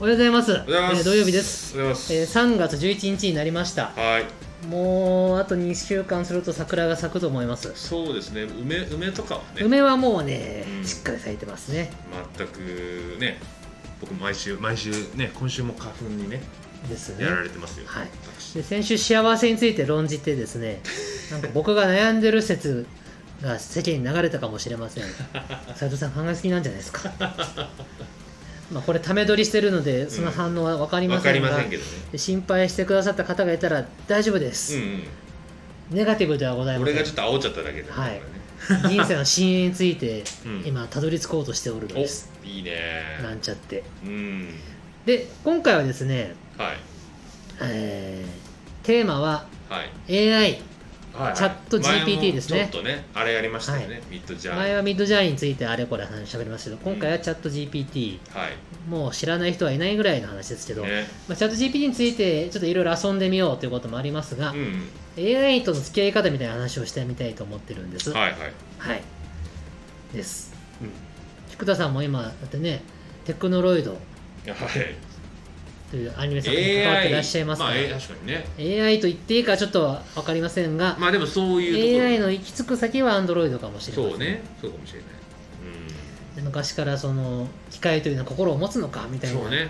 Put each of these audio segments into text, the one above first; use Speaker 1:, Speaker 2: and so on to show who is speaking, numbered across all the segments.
Speaker 1: おはようございます。
Speaker 2: おはようございます
Speaker 1: えー土曜日です。
Speaker 2: おはようござい
Speaker 1: えー
Speaker 2: ます
Speaker 1: 3月11日になりました。
Speaker 2: はい
Speaker 1: もうあと2週間すると桜が咲くと思います。
Speaker 2: そうですね梅梅とかはね
Speaker 1: 梅はもうね、
Speaker 2: うん
Speaker 1: しっかり咲いてますね。
Speaker 2: 全くね僕毎週毎週ね今週も花粉にね
Speaker 1: ですね
Speaker 2: や。られてますよ、
Speaker 1: はい
Speaker 2: 私
Speaker 1: で先週幸せについて論じてです ね、なんか僕が悩んでる説が世間に流れたかもしれ ません。斉藤さん考えすぎなんじゃないですか。まあこれため取りしてるのでその反応は分かりま
Speaker 2: わか
Speaker 1: せ
Speaker 2: り
Speaker 1: んが、
Speaker 2: ませんけどね
Speaker 1: 心配してくださった方がいたら大丈夫です。ネガティブではござ
Speaker 2: う
Speaker 1: い
Speaker 2: ん、うん、
Speaker 1: ませ
Speaker 2: 俺
Speaker 1: ん
Speaker 2: がちょっと煽っちゃっただけだね
Speaker 1: はい
Speaker 2: こ
Speaker 1: 人生の深淵について
Speaker 2: うん
Speaker 1: 今たどり着こうとしておるの
Speaker 2: れね
Speaker 1: です、
Speaker 2: おいいね
Speaker 1: なんちゃって
Speaker 2: うん
Speaker 1: で今回はですね、
Speaker 2: はい
Speaker 1: えーテーマは
Speaker 2: はい、
Speaker 1: AI
Speaker 2: はいはい、
Speaker 1: チャット GPT ですね
Speaker 2: 前もちょっとねあれやりましたよね、
Speaker 1: は
Speaker 2: ミッドジャーニ
Speaker 1: 前はミッドジャーニーについてあれこれ話しゃべりましたけど今回はチャット GPT、
Speaker 2: ーはい
Speaker 1: もう知らない人はいないぐらいの話ですけど、
Speaker 2: ね
Speaker 1: まあ、チャット GPT についてちょっといろいろ遊んでみようということもありますが、
Speaker 2: う
Speaker 1: AI との付き合い方みたいな話をしてみたいと思ってるんです
Speaker 2: んはいはい
Speaker 1: はいです
Speaker 2: うん
Speaker 1: 菊田さんも今だってねテクノロイド
Speaker 2: はい
Speaker 1: というアニメ作品に関わってらっしゃいますから、
Speaker 2: まあ、え確かにね
Speaker 1: AI と言っていいかちょっと分かりませんが、
Speaker 2: まあでもそういうところ
Speaker 1: AI の行き着く先は Android かもしれま
Speaker 2: そ
Speaker 1: せ、
Speaker 2: うんねそうかもしれない、
Speaker 1: 昔からその機械というのは心を持つのかみ
Speaker 2: う
Speaker 1: た
Speaker 2: ん、
Speaker 1: いな
Speaker 2: そうね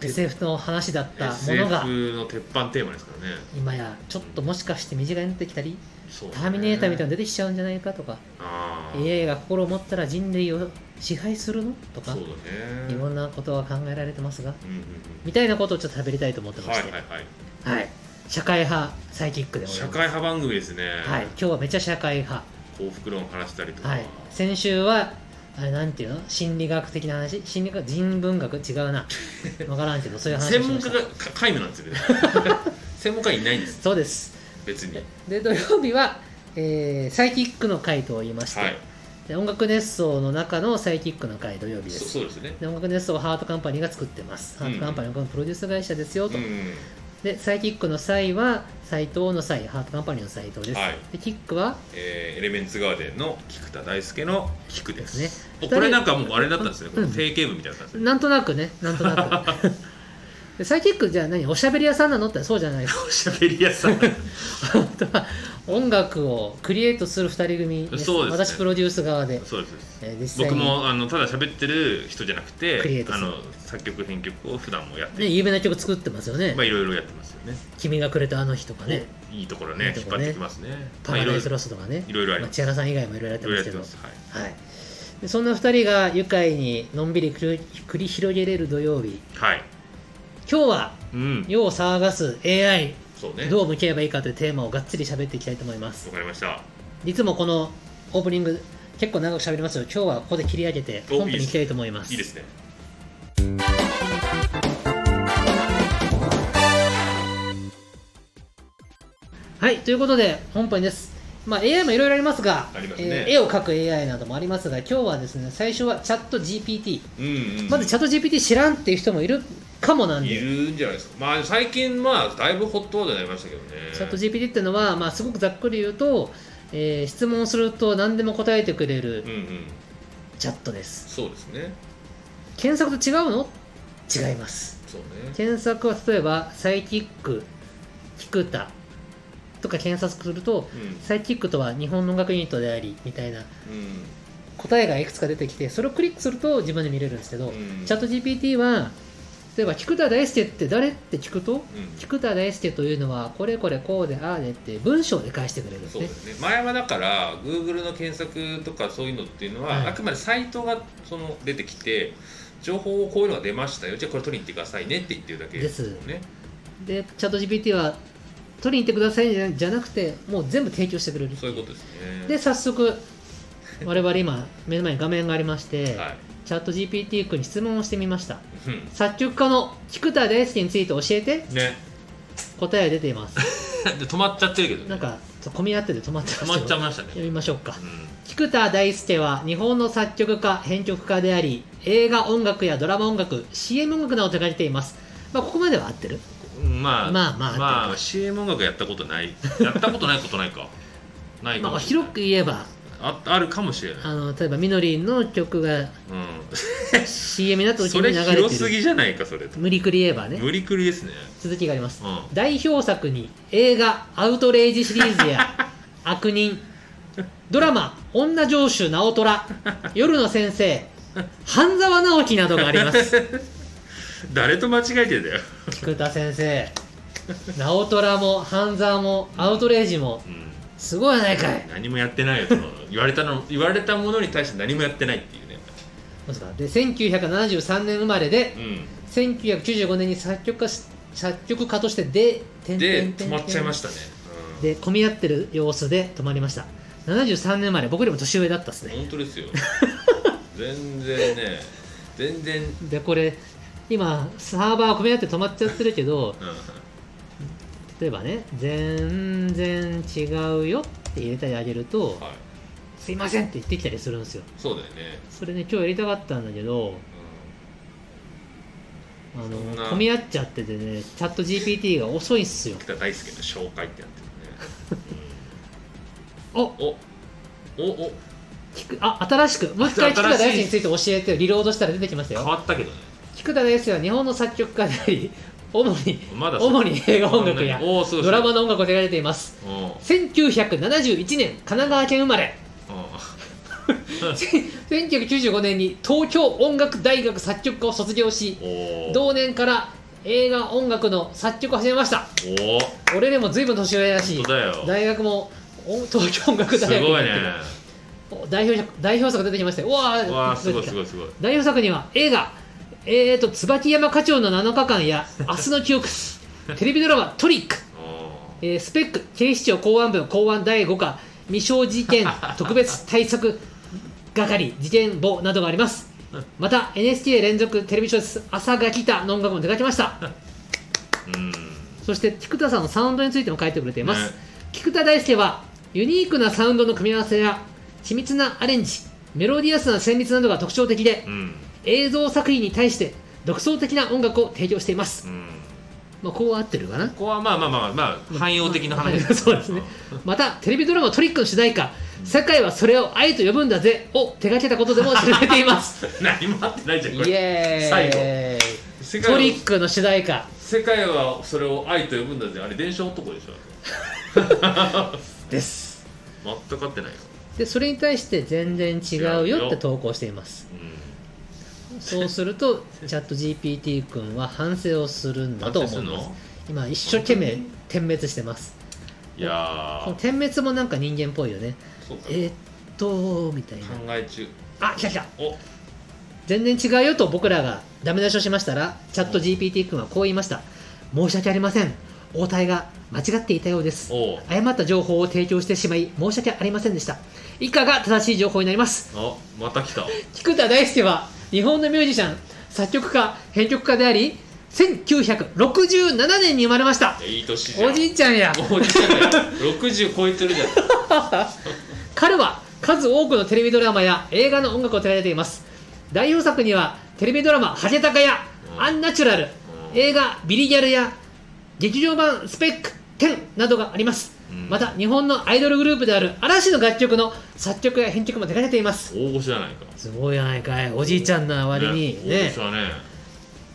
Speaker 1: SF の話だったものが
Speaker 2: SF の鉄板テーマですからね
Speaker 1: 今やちょっともしかして身近になってきたり
Speaker 2: そうね
Speaker 1: ターミネーターみたいなの出てきちゃうんじゃないかとか
Speaker 2: ああ
Speaker 1: AI が心を持ったら人類を支配するのとか
Speaker 2: そうだね
Speaker 1: いろんなことが考えられてますが
Speaker 2: うんうん
Speaker 1: みたいなことをちょっと喋りたいと思って
Speaker 2: うん
Speaker 1: ま
Speaker 2: はい
Speaker 1: して、
Speaker 2: はいはい
Speaker 1: はい社会派サイキックでござい
Speaker 2: 社
Speaker 1: ます
Speaker 2: 会派番組ですね、
Speaker 1: はい、今日はめっちゃ社会派
Speaker 2: 幸福論話したりとか、
Speaker 1: はい、先週はあれなんていうの心理学的な話心理学人文学違う なわからんけどそういう話を
Speaker 2: 専
Speaker 1: しま
Speaker 2: 門家
Speaker 1: した
Speaker 2: がか皆無なんです よね専門家いないんです
Speaker 1: そうです
Speaker 2: 別に
Speaker 1: で土曜日は、えーサイキックの回と言いまして、
Speaker 2: はい
Speaker 1: で音楽熱奏の中のサイキックの回土曜日で
Speaker 2: そ
Speaker 1: す
Speaker 2: そうですね
Speaker 1: で音楽熱奏はハートカンパニーが作ってますハートカンパニーはこのプロデュース会社ですよと、
Speaker 2: うん
Speaker 1: でサイキックの際は斎藤の際ハートカンパニーの斎藤です、
Speaker 2: はい
Speaker 1: でキックは
Speaker 2: えーエレメンツガーデンの菊田大輔の菊です
Speaker 1: ですね
Speaker 2: おこれなんかもうあれだったんですね、
Speaker 1: う
Speaker 2: こ
Speaker 1: ん
Speaker 2: の定型文みたいな感じで、
Speaker 1: なんとなくねなんとなく でサイキックじゃあ何おしゃべり屋さんなのってそうじゃないです
Speaker 2: おしゃべり 屋さん
Speaker 1: 本当は音楽をクリエイトする2人組です
Speaker 2: そうですね
Speaker 1: 私プロデュース側で、
Speaker 2: そうですそうです
Speaker 1: えー実際に
Speaker 2: 僕もあのただ喋ってる人じゃなくて
Speaker 1: クリエイト
Speaker 2: あ
Speaker 1: する
Speaker 2: の作曲編曲を普段もやって
Speaker 1: ね、有名な曲作ってますよね、
Speaker 2: まあいろいろやってますよね
Speaker 1: 君がくれたあの日」とかね
Speaker 2: いいところね
Speaker 1: いいと
Speaker 2: 引っ
Speaker 1: こ
Speaker 2: 張っ
Speaker 1: ね
Speaker 2: てきますね
Speaker 1: 「
Speaker 2: ま
Speaker 1: パ
Speaker 2: あ
Speaker 1: ラ
Speaker 2: い
Speaker 1: ダ
Speaker 2: ろ
Speaker 1: イ
Speaker 2: い
Speaker 1: ス
Speaker 2: ろ
Speaker 1: ロス」とかね
Speaker 2: いろいろあり
Speaker 1: まあ
Speaker 2: ます
Speaker 1: 千原さん以外もいろいろやっ
Speaker 2: い
Speaker 1: て
Speaker 2: ろいろ
Speaker 1: ま
Speaker 2: や
Speaker 1: す
Speaker 2: っ
Speaker 1: け
Speaker 2: て
Speaker 1: ど
Speaker 2: ますはい
Speaker 1: はい、でそんな2人が愉快にのんびり繰り繰り広げれる土曜日
Speaker 2: はい
Speaker 1: 今日は
Speaker 2: うん
Speaker 1: 世を騒がす AI
Speaker 2: そうねわ
Speaker 1: どう向き合えばいいかというテーマをがっつり喋っていきたいと思います
Speaker 2: かりました
Speaker 1: いつもこのオープニング結構長く喋りますよ今日はここで切り上げて
Speaker 2: お
Speaker 1: 本編に行きたいと思います
Speaker 2: いいですね
Speaker 1: はい、ということで本編です。まあ、AI もいろいろありますが
Speaker 2: ありますね
Speaker 1: えー絵を描く AI などもありますが今日はですね最初はチャット GPT、
Speaker 2: うん、うん、
Speaker 1: まずチャット GPT 知らんっていう人もいるかもなん
Speaker 2: い
Speaker 1: で
Speaker 2: るんじゃないですかまあ最近まあだいぶホットワードになりましたけどね
Speaker 1: チャット GPT っていうのは、まあ、すごくざっくり言うと、えー質問すると何でも答えてくれる
Speaker 2: うんうん
Speaker 1: チャットです
Speaker 2: そうですね
Speaker 1: 検索と違うの違います
Speaker 2: そうね
Speaker 1: 検索は例えばサイキック菊田とか検索すると
Speaker 2: う
Speaker 1: サイキックとは日本の音楽ユニットでありみたいなん
Speaker 2: うん
Speaker 1: 答えがいくつか出てきてそれをクリックすると自分で見れるんですけど、
Speaker 2: うん
Speaker 1: チャット GPT は例えば菊田大輔って誰って聞くと
Speaker 2: うん
Speaker 1: 菊田大輔というのはこれこれこうでああでって文章で返してくれるんです
Speaker 2: そうだ
Speaker 1: ね
Speaker 2: よね前はだから Google の検索とかそういうのっていうのは、
Speaker 1: はい
Speaker 2: あくまでサイトがその出てきて情報をこういうのが出ましたよじゃあこれ取りに行ってくださいねって言ってるだけもんね
Speaker 1: でチャット GPT は取りに行ってくださいじゃじゃなくてもう全部提供してくれる
Speaker 2: そういうことですね
Speaker 1: で早速我々今目の前に画面がありまして、
Speaker 2: はい、
Speaker 1: チャット GPT 君に質問をしてみました
Speaker 2: う
Speaker 1: 作曲家の菊田大輔について教えて
Speaker 2: ん、ね
Speaker 1: 答えが出ています
Speaker 2: で止まっちゃってるけど、ね、
Speaker 1: なんかちょっと混み合ってて止まってますけ
Speaker 2: 止ま
Speaker 1: ど
Speaker 2: っちゃいました
Speaker 1: 読
Speaker 2: ね、
Speaker 1: みましょうか
Speaker 2: うん、
Speaker 1: 菊田大輔は日本の作曲家編曲家であり映画音楽やドラマ音楽 CM 音楽などを手掛けていますまあここまでは合ってる
Speaker 2: まあ
Speaker 1: まあまあ
Speaker 2: まあ CM 音楽やったことないやったことないことないかないか
Speaker 1: ま
Speaker 2: も
Speaker 1: あ
Speaker 2: しれない
Speaker 1: 広く言えば
Speaker 2: ああるかもしれない、
Speaker 1: あの例えばみのりんの曲が CM だと
Speaker 2: う、
Speaker 1: うんち
Speaker 2: そ
Speaker 1: に
Speaker 2: れ
Speaker 1: 流れ
Speaker 2: 広
Speaker 1: て
Speaker 2: す
Speaker 1: る
Speaker 2: ぎじゃないかそれ
Speaker 1: 無理くり言えばね
Speaker 2: 無理くりですね
Speaker 1: 続きがあります
Speaker 2: うん
Speaker 1: 代表作に映画「アウトレイジ」シリーズ や「悪人」ドラマ「女城主直虎」「夜の先生」「半沢直樹」などがあります
Speaker 2: 誰と間違えてんだよ、
Speaker 1: 菊田先生直虎も半沢もアウトレイジも
Speaker 2: うん、
Speaker 1: すごいやないかい
Speaker 2: 何もやってないよその言われたの言われたものに対して何もやってないっていうね
Speaker 1: そうですかで1973年生まれで
Speaker 2: うん
Speaker 1: 1995年に作曲家し作曲家としてでてんて
Speaker 2: で
Speaker 1: んて
Speaker 2: 止
Speaker 1: ん
Speaker 2: ま
Speaker 1: てん
Speaker 2: っちゃいましたね、
Speaker 1: で混み合ってる様子で止まりました73年生まれ僕よりも年上だったっす
Speaker 2: うん、
Speaker 1: ね
Speaker 2: 本当で すよ全然ね全然、うん、
Speaker 1: でこれ今サーバー混み合って止まっちゃってるけど例えばね「全然違うよ」って入れてあげると
Speaker 2: はい
Speaker 1: 「すいません」って言ってきたりするんですよ
Speaker 2: そうだよね、
Speaker 1: それね今日やりたかったんだけどあ
Speaker 2: そんな
Speaker 1: の混み合っちゃっててねチャット GPT が遅いっすよ
Speaker 2: うん、北大輔の紹介ってやってるね、
Speaker 1: お
Speaker 2: うん、おおお
Speaker 1: 聞くあ新しくもう一回菊
Speaker 2: 新しい
Speaker 1: 田大輔について教えてリロードしたら出てきます
Speaker 2: 変
Speaker 1: よ
Speaker 2: わったけどね
Speaker 1: 菊田大輔は日本の作曲家であり 主に
Speaker 2: まだ
Speaker 1: 主に映画音楽や
Speaker 2: おーそうそう
Speaker 1: ドラマの音楽を手掛けています
Speaker 2: うんうん
Speaker 1: 1971年神奈川県生まれ1995年に東京音楽大学作曲科を卒業し
Speaker 2: おー
Speaker 1: 同年から映画音楽の作曲を始めました
Speaker 2: お ー
Speaker 1: 俺でも随分年上だし
Speaker 2: 本当だよ
Speaker 1: 大学もお東京音楽
Speaker 2: す
Speaker 1: 大学に
Speaker 2: ごいね
Speaker 1: お代表作代表作出てきましたようわー
Speaker 2: うわーすごい
Speaker 1: 出てきた
Speaker 2: すごいすごい
Speaker 1: 代表作には映画「えー、と椿山課長の7日間」 や「明日の記憶」テレビドラマ「トリック」
Speaker 2: お
Speaker 1: えースペック警視庁公安部公安第5課未傷事 件特別対策係事件簿などがありますまた NHK 連続テレビ小説「朝が来た」の音楽も手掛けました
Speaker 2: ーうん
Speaker 1: そして菊田さんのサウンドについても書いてくれています、
Speaker 2: ね
Speaker 1: 菊田大輔はユニークなサウンドの組み合わせや緻密なアレンジメロディアスな旋律などが特徴的で
Speaker 2: うん
Speaker 1: 映像作品に対して独創的な音楽を提供しています
Speaker 2: う、ん
Speaker 1: まあ、こう合ってるかな
Speaker 2: ここはまあまあまあまあ汎用的な話
Speaker 1: はい そうですねまたテレビドラマ「トリック」の主題歌「世界はそれを愛と呼ぶんだぜ」を手掛けたことでも知られています
Speaker 2: 何もあってないじゃ ん
Speaker 1: イ
Speaker 2: これ
Speaker 1: エーイ
Speaker 2: 世
Speaker 1: ト
Speaker 2: 界
Speaker 1: リ
Speaker 2: は
Speaker 1: ックの主題歌
Speaker 2: 世界はそれを愛と呼ぶんだぜあれ電車男でしょ
Speaker 1: です
Speaker 2: 全く合ってないよ
Speaker 1: でそれに対して「全然違うよ」って投稿しています
Speaker 2: うん
Speaker 1: そうするとチャット GPT 君は反省をするんだと思い
Speaker 2: 反省
Speaker 1: ます
Speaker 2: するの
Speaker 1: 今一生懸命点滅してます
Speaker 2: いや
Speaker 1: この
Speaker 2: ー
Speaker 1: 点滅もなんか人間っぽいよね
Speaker 2: そうか
Speaker 1: えーっとみたいな
Speaker 2: 考え中
Speaker 1: あ来た来た
Speaker 2: お
Speaker 1: 全然違うよと僕らがダメ出しをしましたらチャット GPT 君はこう言いました申し訳ありません応対が間違っていたようです
Speaker 2: お
Speaker 1: 誤った情報を提供してしまい申し訳ありませんでした以下が正しい情報になります
Speaker 2: あまた来た
Speaker 1: 菊田大輔は日本のミュージシャン作曲家編曲家であり1967年に生まれました
Speaker 2: いやいい年じゃん
Speaker 1: おじいちゃん や
Speaker 2: もうちょっとだよ60超えてる じゃん
Speaker 1: 彼は数多くのテレビドラマや映画の音楽を手掛けています代表作にはテレビドラマ「ハゲタカ」や「
Speaker 2: うん
Speaker 1: アンナチュラル」
Speaker 2: うん
Speaker 1: 映画「ビリギャル」や劇場版「スペック10」などがあります、
Speaker 2: うん
Speaker 1: また日本のアイドルグループである嵐の楽曲の作曲や編曲も手掛けています
Speaker 2: 大御所じゃないか
Speaker 1: すごいやないかいおじいちゃんの割に
Speaker 2: ね
Speaker 1: ね
Speaker 2: 大御所はね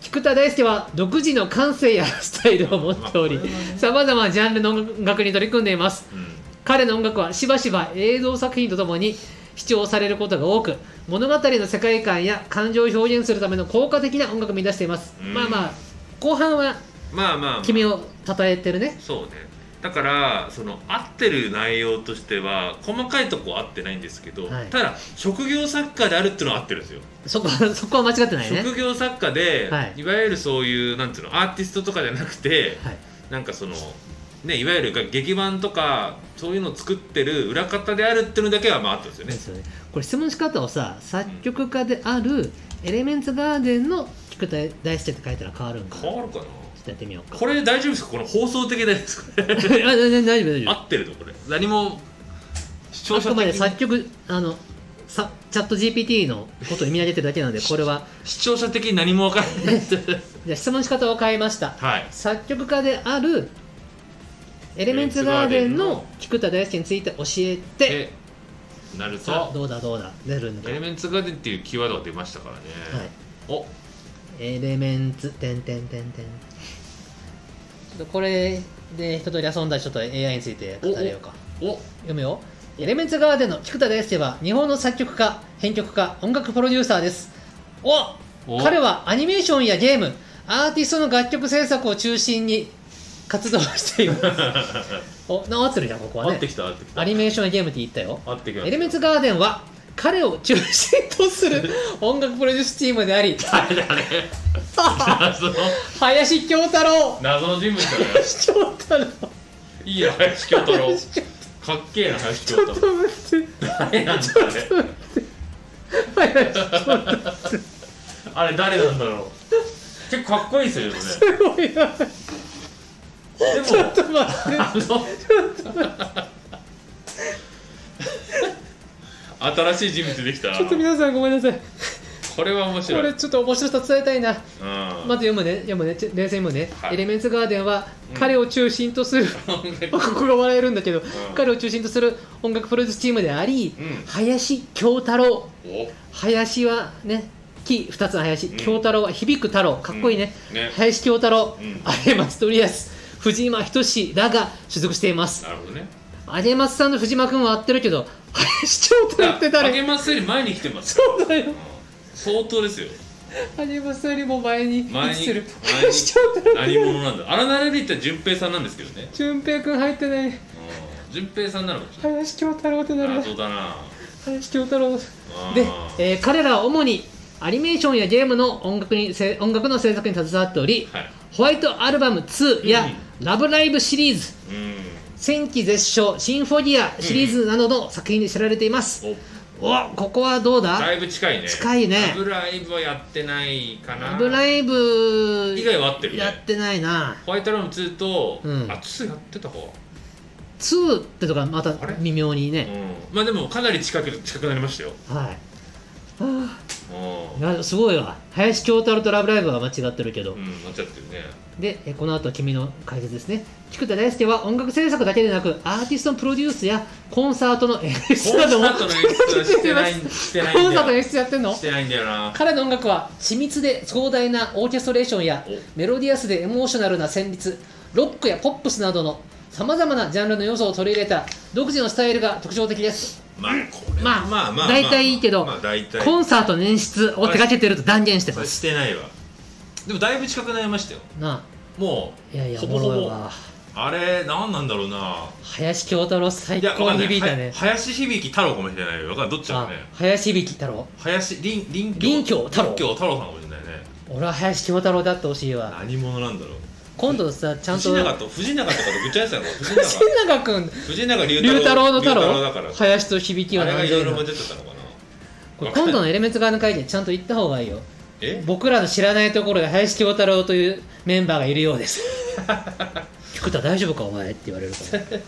Speaker 1: 菊田大輔は独自の感性やスタイルを持っており
Speaker 2: まあこれはね
Speaker 1: さまざまなジャンルの音楽に取り組んでいます
Speaker 2: うん
Speaker 1: 彼の音楽はしばしば映像作品とともに視聴されることが多く物語の世界観や感情を表現するための効果的な音楽を見出しています、
Speaker 2: うん
Speaker 1: まあまあ後半は
Speaker 2: まあまあ、まあ、
Speaker 1: 君を称えてるね
Speaker 2: そうねだからその合ってる内容としては細かいとこは合ってないんですけど、
Speaker 1: はい
Speaker 2: ただ職業作家であるっていうのは合ってるんですよ、
Speaker 1: そこは そこは間違ってないね
Speaker 2: 職業作家で、
Speaker 1: はい
Speaker 2: い、わゆるそういうなんていうのアーティストとかじゃなくて
Speaker 1: はい、
Speaker 2: なんかそのねいわゆる劇版とかそういうのを作ってる裏方であるっていうのだけはまああったんですよ
Speaker 1: で
Speaker 2: ね
Speaker 1: すよねこれ質問し方をさ作曲家であるエレメンツガーデンの菊田大輔って書いたら変わるんかなちょ
Speaker 2: 変わるかな
Speaker 1: っとやってみよ うか
Speaker 2: これ大丈夫ですかこの放送的なやつ
Speaker 1: あ 大丈夫大丈夫
Speaker 2: 合ってるのこれ何も視聴
Speaker 1: あ
Speaker 2: 者
Speaker 1: くまで
Speaker 2: 的に
Speaker 1: 作曲あのさチャット GPT のことを見上げてるだけなのでこれは
Speaker 2: 視聴者的に何も分から ない
Speaker 1: じゃあ質問の仕方を変えました
Speaker 2: はい
Speaker 1: 作曲家であるエレメンツガーデンの菊田大輔について教えて
Speaker 2: でなる
Speaker 1: さあ
Speaker 2: と
Speaker 1: どうだどうだ出るのか
Speaker 2: エレメンツガーデンっていうキーワードが出ましたからね、
Speaker 1: はい
Speaker 2: お
Speaker 1: エレメンツ、てんてんてんてん。ちょっとこれで一通り遊んだり、ちょっと AI について語れようか。
Speaker 2: お
Speaker 1: 読むよ。エレメンツガーデンの菊田大輔は、日本の作曲家、編曲家、音楽プロデューサーです。お
Speaker 2: お
Speaker 1: 彼はアニメーションやゲーム、アーティストの楽曲制作を中心に活動して います。お、な合ってるじゃん、ここは
Speaker 2: 合っ
Speaker 1: ね
Speaker 2: て。きた合ってきた
Speaker 1: アニメーションやゲームって言ったよ。
Speaker 2: 合ってきた
Speaker 1: エレメンツガーデンは、彼を中心とす る音楽プロデュースチームであり、
Speaker 2: 誰だね 謎の
Speaker 1: 林京太郎
Speaker 2: 謎の人物だね
Speaker 1: 林京太郎
Speaker 2: いいや林京太郎
Speaker 1: 林京
Speaker 2: かっけえな林京
Speaker 1: ちょっ
Speaker 2: 太
Speaker 1: と
Speaker 2: 郎
Speaker 1: 待って
Speaker 2: 誰なんだ
Speaker 1: ちょっ
Speaker 2: あれ
Speaker 1: と待って林京太郎
Speaker 2: あれ誰なんだろう結構かっこいいですよね
Speaker 1: すごいな
Speaker 2: でも
Speaker 1: ちょっと待って
Speaker 2: あの新しい人物できたな
Speaker 1: ちょっと皆さんごめんなさい
Speaker 2: これは面白
Speaker 1: こ
Speaker 2: い
Speaker 1: れちょっと面白さ伝えたいな
Speaker 2: うん
Speaker 1: まず読むね読むねちょ冷静に読むね、
Speaker 2: はい
Speaker 1: エレメンツガーデンは
Speaker 2: うん
Speaker 1: 彼を中心とする、ここが笑えるんだけど、彼を中心とする音楽プロデュースチームであり、
Speaker 2: うん
Speaker 1: 林京太郎
Speaker 2: お
Speaker 1: 林はね木2つの林、
Speaker 2: うん
Speaker 1: 京太郎は響く太郎かっこいいね,、
Speaker 2: うんね
Speaker 1: 林京太郎、
Speaker 2: うん
Speaker 1: 有松とりあえず藤間仁志らが所属しています
Speaker 2: なるほどね
Speaker 1: 有松さんと藤間君は合ってるけど林京太郎って
Speaker 2: あ
Speaker 1: 誰
Speaker 2: げますより前に来てます
Speaker 1: そうだよ
Speaker 2: 相当ですよ
Speaker 1: 有松よりも前に位
Speaker 2: 前
Speaker 1: 置
Speaker 2: に
Speaker 1: する
Speaker 2: 前に
Speaker 1: 林京太郎って
Speaker 2: 何者なんだあらなれで言ったら順平さんなんですけどね
Speaker 1: 淳平君入ってない
Speaker 2: うん順平さんなのかもしれない
Speaker 1: 林京太郎って誰だ
Speaker 2: 謎だな
Speaker 1: 林京太郎
Speaker 2: うん
Speaker 1: で、えー彼らは主にアニメーションやゲームの音楽にせ音楽の制作に携わっており、
Speaker 2: はい
Speaker 1: ホワイトアルバム2や「ラブライブ!」シリーズ
Speaker 2: うん
Speaker 1: 戦記絶唱シンフォギアシリーズなどの作品で知られています、
Speaker 2: お
Speaker 1: おここはどう
Speaker 2: だ
Speaker 1: だ
Speaker 2: いぶ近いね
Speaker 1: 近いね
Speaker 2: ラブライブはやってないかな
Speaker 1: ラブライブ
Speaker 2: 以外は合ってるね
Speaker 1: やってないな
Speaker 2: ホワイトラム2と、
Speaker 1: うん
Speaker 2: あ2やってたか
Speaker 1: 2ってとかまた
Speaker 2: あれ
Speaker 1: 微妙に
Speaker 2: う
Speaker 1: ね、
Speaker 2: んまあでもかなり近く近くなりましたよ
Speaker 1: はいはあ
Speaker 2: う
Speaker 1: いやすごいわ林京太郎と「ラブライブ!」は間違ってるけど、
Speaker 2: ん、うん、なっちゃってるね
Speaker 1: でえこの後君の解説ですね菊田大輔は音楽制作だけでなくアーティストのプロデュースやコンサートの演
Speaker 2: コ
Speaker 1: 出
Speaker 2: ンサ
Speaker 1: なども
Speaker 2: ートの演出はしてないしてないんだよ
Speaker 1: コンサートの演出やってんの
Speaker 2: してないんだよな
Speaker 1: 彼の音楽は緻密で壮大なオーケストレーションや
Speaker 2: お
Speaker 1: メロディアスでエモーショナルな旋律ロックやポップスなどのさまざまなジャンルの要素を取り入れた独自のスタイルが特徴的です
Speaker 2: まあこれ
Speaker 1: まあ大体いいけど
Speaker 2: まあ大体
Speaker 1: コンサートの演出を手掛けてると断言して
Speaker 2: そ
Speaker 1: ま
Speaker 2: れ
Speaker 1: す
Speaker 2: してないわでもだいぶ近くなりましたよ
Speaker 1: な
Speaker 2: も
Speaker 1: あいやいや
Speaker 2: ほ
Speaker 1: お
Speaker 2: ぼ
Speaker 1: も
Speaker 2: ほぼ
Speaker 1: ろいわ
Speaker 2: うあれ何なんだろうな
Speaker 1: 林京太郎最
Speaker 2: いやわ
Speaker 1: 高
Speaker 2: かん
Speaker 1: に
Speaker 2: ない
Speaker 1: 響いたね
Speaker 2: は林響太郎かもしれないよわかんないどっちだろう
Speaker 1: あ
Speaker 2: ね
Speaker 1: 林響太郎
Speaker 2: 林林林
Speaker 1: 林京太郎
Speaker 2: 林京太郎さんかもしれないね
Speaker 1: 俺は林京太郎だってほしいわ
Speaker 2: 何者なんだろう
Speaker 1: 今度さちゃんと
Speaker 2: 藤永と藤永とかとぶっちゃいさんか 藤永
Speaker 1: 藤永君
Speaker 2: 藤永龍
Speaker 1: 龍太郎の太郎
Speaker 2: だから
Speaker 1: 林と響き
Speaker 2: あ
Speaker 1: は
Speaker 2: れが
Speaker 1: 何
Speaker 2: いろ
Speaker 1: だ
Speaker 2: いろ
Speaker 1: ろ
Speaker 2: 混
Speaker 1: う
Speaker 2: じっちゃったのかな
Speaker 1: これ今度のエレメンツ側の会議でちゃんと言った方がいいよ
Speaker 2: え
Speaker 1: 僕らの知らないところで林京太郎というメンバーがいるようです 菊田大丈夫かお前って言われるから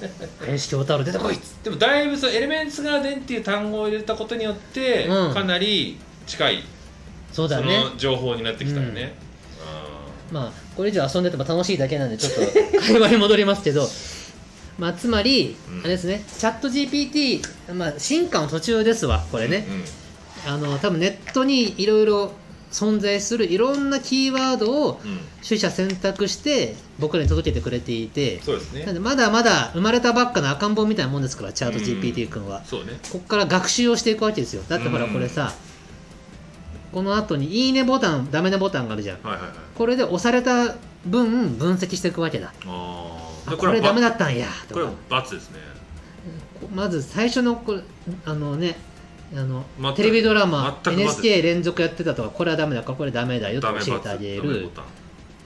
Speaker 1: 林京太郎出てこいっつ
Speaker 2: でもだいぶそのエレメンツガーデンっていう単語を入れたことによって、
Speaker 1: うん
Speaker 2: かなり近い
Speaker 1: そうだ
Speaker 2: そ
Speaker 1: ね
Speaker 2: の情報になってきたよね、
Speaker 1: まあこれ以上遊んでても楽しいだけなんでちょっと会話に戻りますけ どまあつまり、
Speaker 2: うん
Speaker 1: あれですねチャット GPT、まあ、進化の途中ですわこれね、
Speaker 2: うん
Speaker 1: あの多分ネットにいろいろ存在するいろんなキーワードを
Speaker 2: うん、
Speaker 1: 取捨選択して僕らに届けてくれていて
Speaker 2: そうです
Speaker 1: なん
Speaker 2: ね
Speaker 1: でまだまだ生まれたばっかの赤ん坊みたいなもんですからチャート GPT 君は、
Speaker 2: そうね
Speaker 1: ここから学習をしていくわけですよだってほら
Speaker 2: うん
Speaker 1: これさ、この後に「いいね」ボタンダメねボタンがあるじゃん
Speaker 2: はいはいはい
Speaker 1: これで押された分分析していくわけだ
Speaker 2: あー
Speaker 1: あ
Speaker 2: で
Speaker 1: これ
Speaker 2: は
Speaker 1: ダメだ
Speaker 2: バ
Speaker 1: ったんやと
Speaker 2: これは
Speaker 1: か
Speaker 2: 罰ですね
Speaker 1: まず最初のこれあのねあの
Speaker 2: 全く
Speaker 1: テレビドラマ
Speaker 2: 全くまず
Speaker 1: NHK 連続やってたとかこれはダメだからこれダメだよと
Speaker 2: ダメ
Speaker 1: か
Speaker 2: 罰
Speaker 1: 教えてあげ
Speaker 2: ダメボ
Speaker 1: る
Speaker 2: タ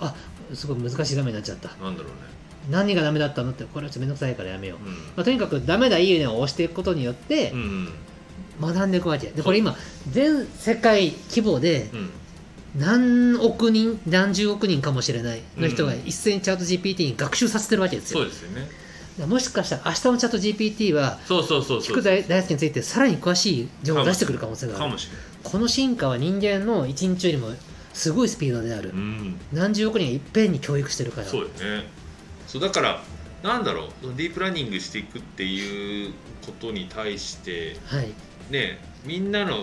Speaker 1: あすごい難しい画面になっちゃった
Speaker 2: ンなんだろうね
Speaker 1: 何がダメだったのってこれはちょっとめんどくさいからやめよう、
Speaker 2: うん
Speaker 1: まあ、とにかくダメだいいねを押していくことによって
Speaker 2: うんうん
Speaker 1: 学んでいくわけで
Speaker 2: う
Speaker 1: これ今全世界規模で
Speaker 2: うん
Speaker 1: 何億人何十億人かもしれないの人が一斉にチャット GPT に学習させてるわけですよ
Speaker 2: そうですよね
Speaker 1: だからもしかしたら明日のチャット GPT は
Speaker 2: そうそうそうそう
Speaker 1: 菊田大輔についてさらに詳しい情報を出してくる可能性が
Speaker 2: か
Speaker 1: ある
Speaker 2: もしれない
Speaker 1: この進化は人間の一日よりもすごいスピードである、
Speaker 2: うん
Speaker 1: 何十億人がいっぺんに教育してるから
Speaker 2: そうよねそうだからなんだろうディープラーニングしていくっていうことに対して
Speaker 1: はい
Speaker 2: ねみんなの、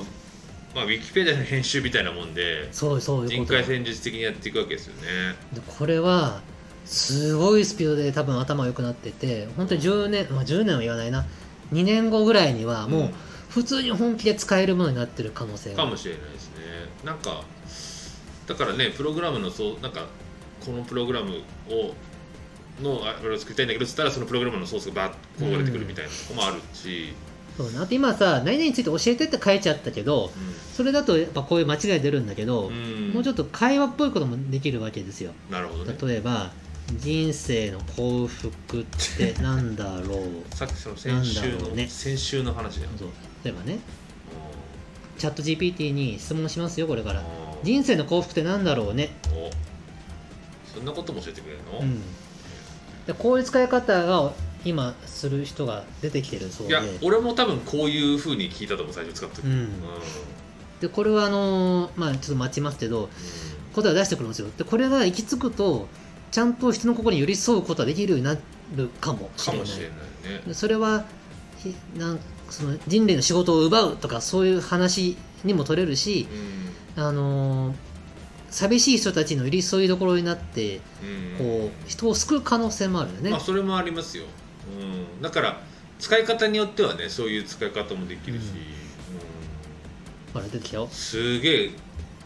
Speaker 2: まあ、ウィキペディアの編集みたいなもんで
Speaker 1: そうそういう
Speaker 2: 人
Speaker 1: こと
Speaker 2: 海戦術的にやっていくわけですよね。
Speaker 1: でこれはすごいスピードで多分頭良くなってて本当に10年、まあ、10年は言わないな2年後ぐらいにはもう普通に本気で使えるものになってる可能性
Speaker 2: か
Speaker 1: が
Speaker 2: もしれないですねなんかだからねプログラムのそうなんかこのプログラムをのああれを作りたいんだけどっつったらそのプログラムのソースがバッとこぼれてくるみたいなとこもあるし、
Speaker 1: そうねあと今さ何々について教えてって書いちゃったけどそれだとやっぱこういう間違い出るんだけど、もうちょ
Speaker 2: っ
Speaker 1: っと会話っぽいこともできるわけですよ
Speaker 2: となるほどね
Speaker 1: 例えば人生の幸福ってなんだろう
Speaker 2: さっきその先週
Speaker 1: なんだ
Speaker 2: の、
Speaker 1: ろうね
Speaker 2: 先週の話だよ
Speaker 1: そう例えばねチャット GPT に質問しますよこれか
Speaker 2: あ
Speaker 1: ら
Speaker 2: ー
Speaker 1: 人生の幸福ってなんだろうね
Speaker 2: おそんなことも教えてくれるの、
Speaker 1: うん、でこういう使い方が今する人が出てきてるそう
Speaker 2: い
Speaker 1: で
Speaker 2: や俺も多分こういうふうに聞いたと思う最初使った時
Speaker 1: う
Speaker 2: うん
Speaker 1: ん、でこれはあのーまあちょっと待ちますけど答えを出してくるんですよでこれが行き着くとちゃんと人の心に寄り添うことができるようになるかもし
Speaker 2: か
Speaker 1: れな
Speaker 2: も
Speaker 1: い
Speaker 2: しれないね
Speaker 1: でそれはひなんその人類の仕事を奪うとかそういう話にも取れるし、あのー寂しい人たちの寄り添いどころになって
Speaker 2: うん、うん
Speaker 1: こう人を救う可能性もあるよね、
Speaker 2: まあ、それもありますよ、うん、だから使い方によってはねそういう使い方もできるし、
Speaker 1: うん
Speaker 2: う
Speaker 1: ほら出てきたよ
Speaker 2: んすげえ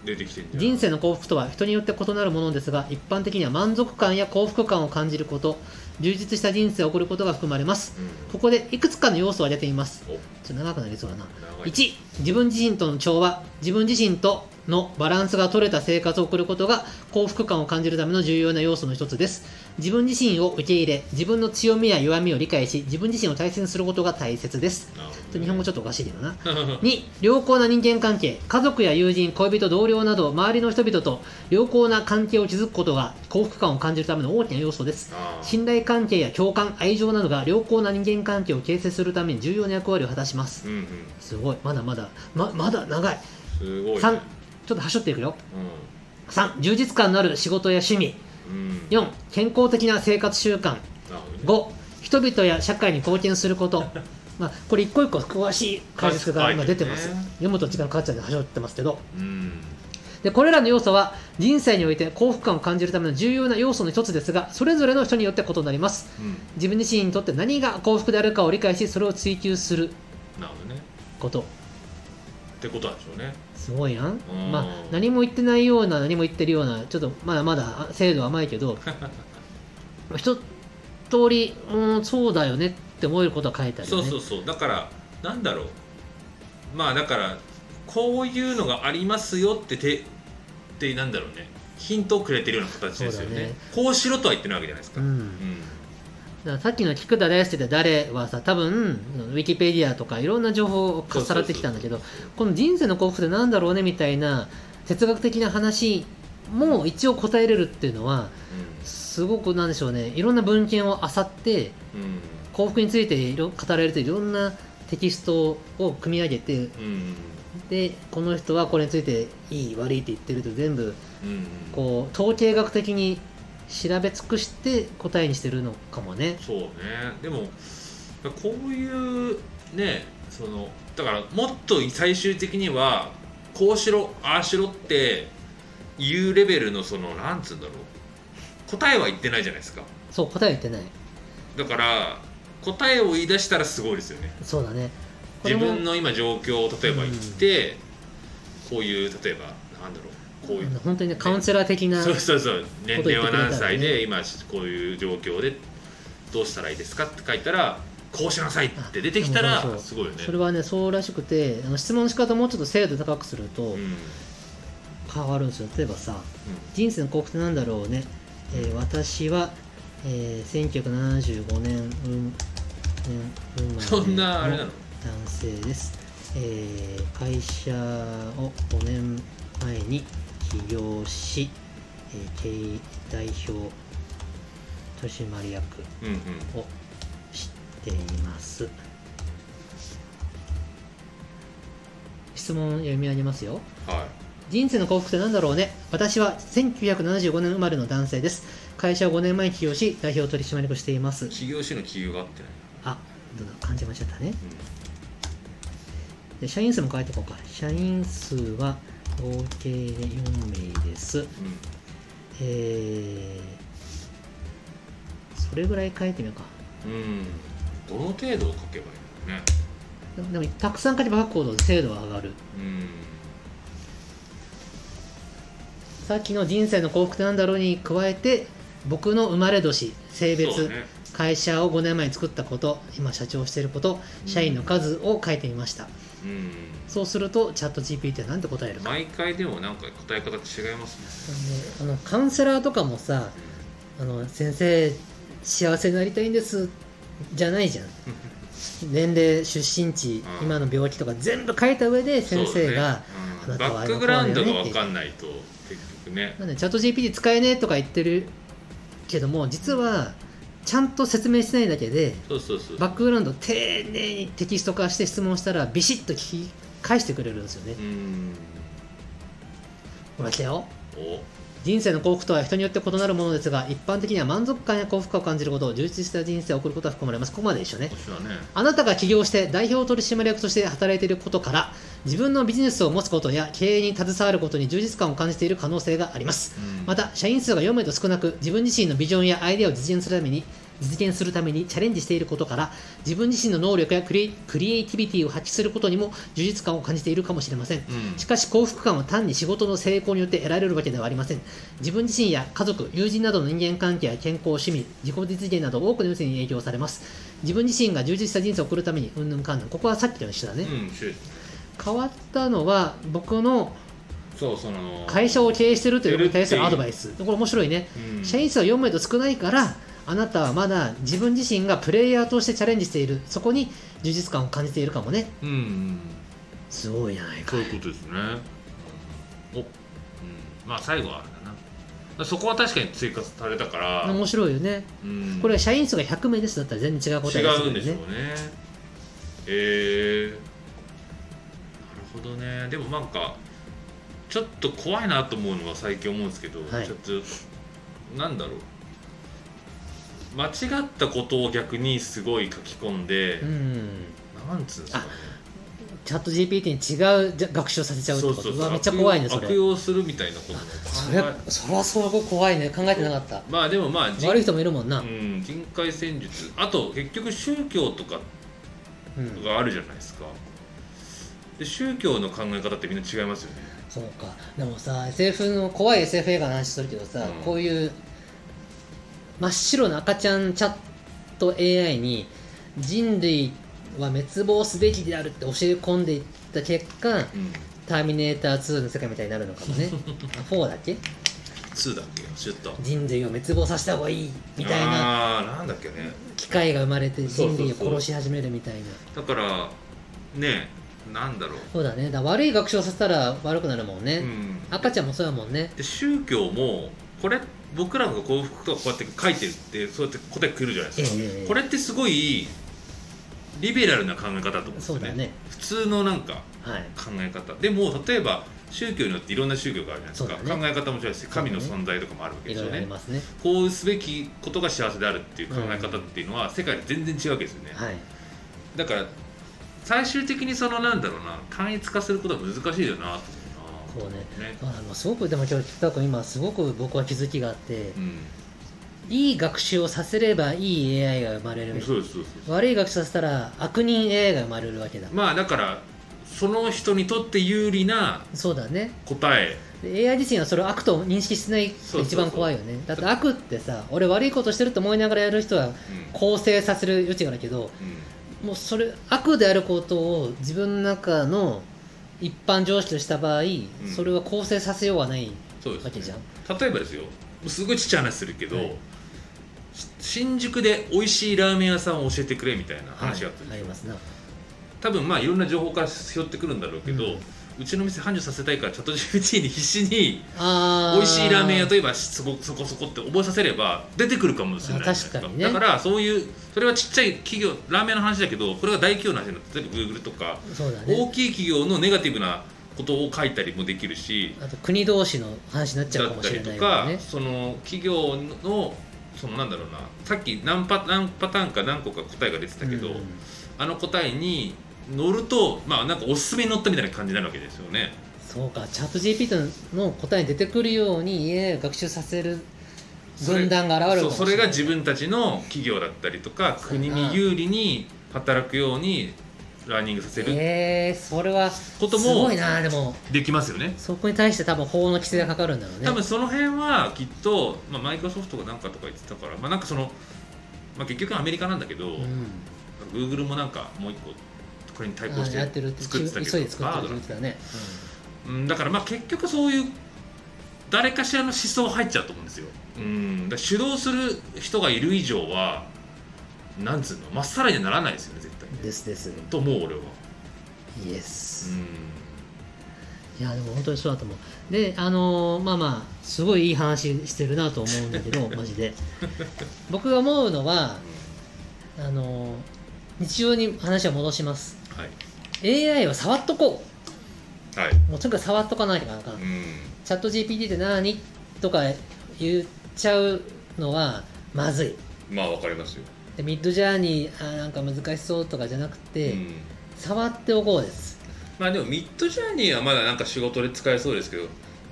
Speaker 2: 出てきてんじゃん
Speaker 1: 人生の幸福とは人によって異なるものですが一般的には満足感や幸福感を感じること充実した人生を送ることが含まれますここでいくつかの要素を挙げています
Speaker 2: うん、
Speaker 1: ちょっと長くなりそうだな
Speaker 2: お長い
Speaker 1: 1自分自身との調和自分自身とのバランスが取れた生活を送ることが幸福感を感じるための重要な要素の一つです自分自身を受け入れ自分の強みや弱みを理解し自分自身を大切にすることが大切です
Speaker 2: なるほどね
Speaker 1: ちょっと日本語ちょっとおかしいけどな
Speaker 2: う
Speaker 1: 2良好な人間関係家族や友人恋人同僚など周りの人々と良好な関係を築くことが幸福感を感じるための大きな要素です
Speaker 2: あー
Speaker 1: 信頼関係や共感愛情などが良好な人間関係を形成するために重要な役割を果たします
Speaker 2: うんうん
Speaker 1: すごいまだまだままだ長い
Speaker 2: すごい、ね、
Speaker 1: 3ちょっと端折っていくよ3充実感のある仕事や趣味
Speaker 2: うん、うん、
Speaker 1: 4健康的な生活習慣
Speaker 2: なるほどね
Speaker 1: 5人々や社会に貢献することまあこれ一個一個詳しい解説が今出てます、
Speaker 2: 書いてるね
Speaker 1: 読むと時間かかっちゃうんで端折ってますけど
Speaker 2: うん
Speaker 1: でこれらの要素は人生において幸福感を感じるための重要な要素の一つですがそれぞれの人によって異なります
Speaker 2: うん
Speaker 1: 自分自身にとって何が幸福であるかを理解しそれを追求する
Speaker 2: なるほどね
Speaker 1: こと
Speaker 2: ってことなんでしょうね
Speaker 1: すごいやん
Speaker 2: うん
Speaker 1: まあ何も言ってないような何も言ってるようなちょっとまだまだ精度甘いけ ど一通りうんそうだよねって思えることは書いてあるよ
Speaker 2: そう
Speaker 1: ね
Speaker 2: そうそうだからなんだろうまあだからこういうのがありますよっててってなんだろうねヒントをくれてるような形ですよ
Speaker 1: そうだ
Speaker 2: ね
Speaker 1: ね
Speaker 2: こうしろとは言ってないわけじゃないですか、
Speaker 1: う
Speaker 2: うん
Speaker 1: ん、だからさっきの菊田大輔って誰はさ多分ウィキペディアとかいろんな情報をかっさらってきたんだけどこの人生の幸福ってなんだろうねみたいな哲学的な話も一応答えれるっていうのはすごくなんでしょうねいろんな文献を漁って
Speaker 2: うんうん
Speaker 1: 幸福についていろ語られてるいろんなテキストを組み上げて
Speaker 2: うん
Speaker 1: でこの人はこれについていい悪いって言ってると全部
Speaker 2: うんうん
Speaker 1: こう統計学的に調べ尽くして答えにしてるのかもね。
Speaker 2: そうねでもこういうねそのだからもっと最終的にはこうしろああしろっていうレベルのそのなんつうんだろう答えは言ってないじゃないですか
Speaker 1: そう答え言ってない
Speaker 2: だから答えを言い出したらすごいですよね
Speaker 1: そうだね。これ
Speaker 2: 自
Speaker 1: も
Speaker 2: 分の今状況を例えば言って、こういう例えばなんだろうこういう、
Speaker 1: 本当にねカウンセラー的な、
Speaker 2: そうそうそう年齢は何歳
Speaker 1: こと
Speaker 2: で、今こういう状況でどうしたらいいですかって書いたらこうしなさいって出てきた
Speaker 1: あそうそ
Speaker 2: ら
Speaker 1: う
Speaker 2: すごいよね
Speaker 1: それはねそうらしくてあの質問の仕方をもうちょっと精度高くすると
Speaker 2: うん
Speaker 1: 変わるんですよ。例えばさ人生の幸福ってなんだろうね。えー私は、えー、1975年生ん年生まれ
Speaker 2: う
Speaker 1: の
Speaker 2: ん、そんなあれなの
Speaker 1: 男性です、えー会社を5年前に起業し、えー経営代表取締役
Speaker 2: うんうん
Speaker 1: をしています質問読み上げますよ
Speaker 2: は
Speaker 1: 人生の幸福って何だろうね私は1975年生まれの男性です会社を5年前に起業し代表取締役をしています
Speaker 2: 起業しての起業が合ってない
Speaker 1: あどんどん感じましちゃったねで社員数も書いていこうか社員数は合計で4名です
Speaker 2: な、うんうん
Speaker 1: えーそれぐらい書いてみようか
Speaker 2: うん、どの程度を書けばいいのね。
Speaker 1: でもでもたくさん書けば書くほど精度は上がる
Speaker 2: うん、
Speaker 1: さっきの人生の幸福ってなんだろうに加えて僕の生まれ年性
Speaker 2: そう
Speaker 1: 別、
Speaker 2: だね
Speaker 1: 会社を5年前に作ったこと今社長をしていること
Speaker 2: うん
Speaker 1: 社員の数を書いてみました、
Speaker 2: うん、
Speaker 1: そうするとチャット GPT は何て答えるか、
Speaker 2: 毎回でもなんか答え方違います
Speaker 1: あのカウンセラーとかもさ
Speaker 2: ね。
Speaker 1: あの先生幸せになりたいんですじゃないじゃん年齢出身地、
Speaker 2: うん
Speaker 1: 今の病気とか全部書いた上で先生が、
Speaker 2: そう
Speaker 1: あな
Speaker 2: だねうん
Speaker 1: たは
Speaker 2: バックグラウンドが分かんないと結局ね
Speaker 1: なんでチャット GPT 使えねえとか言ってるけども実はちゃんと説明してないだけで
Speaker 2: そうそうそう
Speaker 1: バックグラウンドを丁寧にテキスト化して質問したらビシッと聞き返してくれるんですよね、
Speaker 2: うん
Speaker 1: ほら来たよ
Speaker 2: お
Speaker 1: 人生の幸福とは人によって異なるものですが一般的には満足感や幸福感を感じること充実した人生を送ることは含まれますここまで一緒ね
Speaker 2: こっちはね
Speaker 1: あなたが起業して代表取締役として働いていることから自分のビジネスを持つことや経営に携わることに充実感を感じている可能性があります
Speaker 2: うん
Speaker 1: また社員数が4名と少なく自分自身のビジョンやアイデアを実現するために実現するためにチャレンジしていることから自分自身の能力やクリクリエイティビティを発揮することにも充実感を感じているかもしれません
Speaker 2: うん
Speaker 1: しかし幸福感は単に仕事の成功によって得られるわけではありません自分自身や家族友人などの人間関係や健康趣味自己実現など多くの要素に影響されます自分自身が充実した人生を送るためにうんぬんかんぬんここはさっきと一緒だね、
Speaker 2: うんし
Speaker 1: 変わったのは僕の
Speaker 2: そうその
Speaker 1: 会社を経営してるということに対するアドバイスこれ面白いね
Speaker 2: うん
Speaker 1: 社員数は4名と少ないからあなたはまだ自分自身がプレイヤーとしてチャレンジしているそこに充実感を感じているかもね
Speaker 2: うんうん
Speaker 1: すごいじゃないか
Speaker 2: そういうことですねおうんまあ最後はあれだなだからそこは確かに追加されたから
Speaker 1: 面白いよね
Speaker 2: うん
Speaker 1: これ社員数が100名ですだったら全然違うこと
Speaker 2: 違うんでしょうねえー、なるほどねでもなんかちょっと怖いなと思うのは最近思うんですけど、
Speaker 1: はい
Speaker 2: ちょっとなんだろう間違ったことを逆にすごい書き込んで、
Speaker 1: うん
Speaker 2: なんつうんですかね
Speaker 1: チャット GPT に違うじゃ学習をさせちゃうってことうわめっちゃ怖いねそれ
Speaker 2: 悪用するみたいなことも
Speaker 1: そ
Speaker 2: 考
Speaker 1: れ
Speaker 2: え
Speaker 1: それはすごい怖いね考えてなかった
Speaker 2: まあでもまあ人,、
Speaker 1: 悪い人もいるもんな、う
Speaker 2: うんん、人海戦術あと結局宗教とかがあるじゃないですかで宗教の考え方ってみんな違いますよね
Speaker 1: そうかでもさ SF の怖い SF 映画の話するけどさ、
Speaker 2: うん
Speaker 1: こういう真っ白な赤ちゃんチャット AI に人類は滅亡すべきであるって教え込んでいった結果
Speaker 2: うん
Speaker 1: 「ターミネーター2」の世界みたいになるのかも ねあ4だっけ
Speaker 2: 2だっけシュッと
Speaker 1: 人類を滅亡させた方がいいみたいな
Speaker 2: あーなんだっけね
Speaker 1: 機械が生まれて
Speaker 2: そう
Speaker 1: 人
Speaker 2: そうそう
Speaker 1: 類を殺し始めるみたいな
Speaker 2: だからねなんだろう、
Speaker 1: そうだねだから悪い学習をさせたら悪くなるもんね、
Speaker 2: うん、
Speaker 1: 赤ちゃんもそうやもんね
Speaker 2: で宗教もこれ僕らが幸福とかこうやって書いてるってそうやって答えくるじゃないですか、
Speaker 1: ええ
Speaker 2: これってすごいリベラルな考え方だと思うんです
Speaker 1: そう
Speaker 2: よ
Speaker 1: だ
Speaker 2: ね
Speaker 1: ね
Speaker 2: 普通のなんか
Speaker 1: はい
Speaker 2: 考え方でも例えば宗教によっていろんな宗教があるじゃないですか、
Speaker 1: そうだね
Speaker 2: 考え方も違うし神の存在とかもあるわけ
Speaker 1: い
Speaker 2: です
Speaker 1: ろい
Speaker 2: よ
Speaker 1: ろあり
Speaker 2: ね
Speaker 1: ますね
Speaker 2: こうすべきことが幸せであるっていう考え方っていうのは世界で全然違うわけですよね、
Speaker 1: はい
Speaker 2: だから最終的にそのなんだろうな単一化することは難しいよなと思
Speaker 1: そう
Speaker 2: うな
Speaker 1: ね
Speaker 2: ね
Speaker 1: あのすごくでも今日菊田君今すごく僕は気づきがあって
Speaker 2: うん
Speaker 1: いい学習をさせればいい AI が生まれる
Speaker 2: そうですそうです
Speaker 1: 悪い学習させたら悪人 AI が生まれるわけだ
Speaker 2: まあだからその人にとって有利な
Speaker 1: そうだね
Speaker 2: 答え
Speaker 1: で AI 自身はそれを悪と認識してないって一番怖いよねだって悪ってさ俺悪いことしてると思いながらやる人は
Speaker 2: うん
Speaker 1: 構成させる余地があるけどもうそれ悪であることを自分の中の一般常識とした場合、
Speaker 2: ん
Speaker 1: それは構成させようがない
Speaker 2: そう
Speaker 1: わ
Speaker 2: で
Speaker 1: け
Speaker 2: す
Speaker 1: じ
Speaker 2: ね
Speaker 1: ゃん
Speaker 2: 例えばですよすごいちっちゃい話するけど、
Speaker 1: はい
Speaker 2: し新宿で美味しいラーメン屋さんを教えてくれみたいな話があったん
Speaker 1: はいあ
Speaker 2: ですよ
Speaker 1: りますな
Speaker 2: 多分まあいろんな情報から拾ってくるんだろうけど、
Speaker 1: う
Speaker 2: うんちの店繁盛させたいからチャット GPT に必死に
Speaker 1: あー
Speaker 2: 美味しいラーメン屋といえばそこそこそこって覚えさせれば出てくるかもしれないじゃないです
Speaker 1: あ確かにね
Speaker 2: だからそういうそれはちっちゃい企業ラーメンの話だけどこれが大企業の話になって例えば Google とか
Speaker 1: そうだね
Speaker 2: 大きい企業のネガティブなことを書いたりもできるし
Speaker 1: あと国同士の話になっちゃう
Speaker 2: だ
Speaker 1: か
Speaker 2: っ
Speaker 1: も
Speaker 2: た
Speaker 1: しれ
Speaker 2: り
Speaker 1: な
Speaker 2: と
Speaker 1: い
Speaker 2: か、
Speaker 1: よね
Speaker 2: その企業のそのなんだろうなさっき何パ何パターンか何個か答えが出てたけど、
Speaker 1: うん
Speaker 2: あの答えに乗るとまあなんかおすすめに乗ったみたいな感じになるわけですよね。
Speaker 1: そうかチャット GPT の答えに出てくるように AI を学習させる
Speaker 2: それ
Speaker 1: 分断が現れる
Speaker 2: そ
Speaker 1: か
Speaker 2: う
Speaker 1: もしれない
Speaker 2: それが自分たちの企業だったりとか
Speaker 1: そう
Speaker 2: 国
Speaker 1: やな
Speaker 2: に有利に働くようにラーニングさせる、
Speaker 1: えー、それはす
Speaker 2: ことも
Speaker 1: ごいなでも
Speaker 2: できますよね。
Speaker 1: そこに対して多分法の規制がかかるんだろうね
Speaker 2: 多分その辺はきっと、まあ、マイクロソフトがなんかとか言ってたから、まあ、なんかその、まあ、結局アメリカなんだけど、
Speaker 1: うん、
Speaker 2: Google もなんかもう一個これに対抗し
Speaker 1: あやっててるって
Speaker 2: 作ってたけど
Speaker 1: 急いで作って
Speaker 2: バー
Speaker 1: る
Speaker 2: ド
Speaker 1: って
Speaker 2: だ
Speaker 1: 言ってたね、
Speaker 2: うんだからまあ結局そういう誰かしらの思想入っちゃうと思うんですよ。うんだから主導する人がいる以上はなんつうのまっさらにはならないですよね絶対
Speaker 1: うん、
Speaker 2: に。
Speaker 1: ですです
Speaker 2: と思う俺は。
Speaker 1: イエス、
Speaker 2: う
Speaker 1: いやでも本当にそうだと思うであのーまあまあすごいいい話してるなと思うんだけどマジ で僕が思うのはあのー日常に話を戻します
Speaker 2: んはい
Speaker 1: AI は触っとこ
Speaker 2: はい。
Speaker 1: うもうとにかく触っとかないとか
Speaker 2: うん
Speaker 1: チャット GPT って何とか言っちゃうのはまずい
Speaker 2: まあわかりますよ。
Speaker 1: でミッドジャーニーあーなんか難しそうとかじゃなくて、
Speaker 2: うん
Speaker 1: 触っておこうです
Speaker 2: まあでもミッドジャーニーはまだなんか仕事で使えそうですけど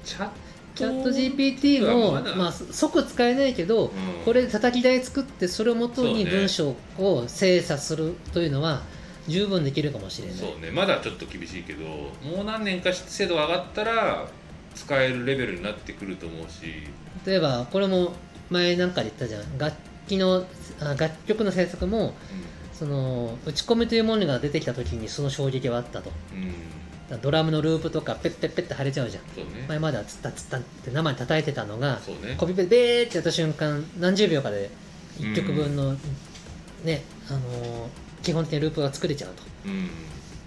Speaker 2: チャット
Speaker 1: チャット GPT も、
Speaker 2: まだ
Speaker 1: まあ、即使えないけど、
Speaker 2: うん
Speaker 1: これで叩き台作ってそれをもと
Speaker 2: そうね
Speaker 1: に文章を精査するというのは十分できるかもしれない
Speaker 2: そうねまだちょっと厳しいけどもう何年かして精度が上がったら使えるレベルになってくると思うし
Speaker 1: 例えばこれも前なんかで言ったじゃん楽器のあ楽曲の制作もその打ち込みというものが出てきた時にその衝撃はあったとだか
Speaker 2: うん、うん、
Speaker 1: らドラムのループとかペッペッペッって腫れちゃうじゃん
Speaker 2: そうね
Speaker 1: 前まではツッタツッタって生で叩いてたのが
Speaker 2: そうね
Speaker 1: コピペベーってやった瞬間何十秒かで1曲分のね、あのー基本的にループが作れちゃうと
Speaker 2: うん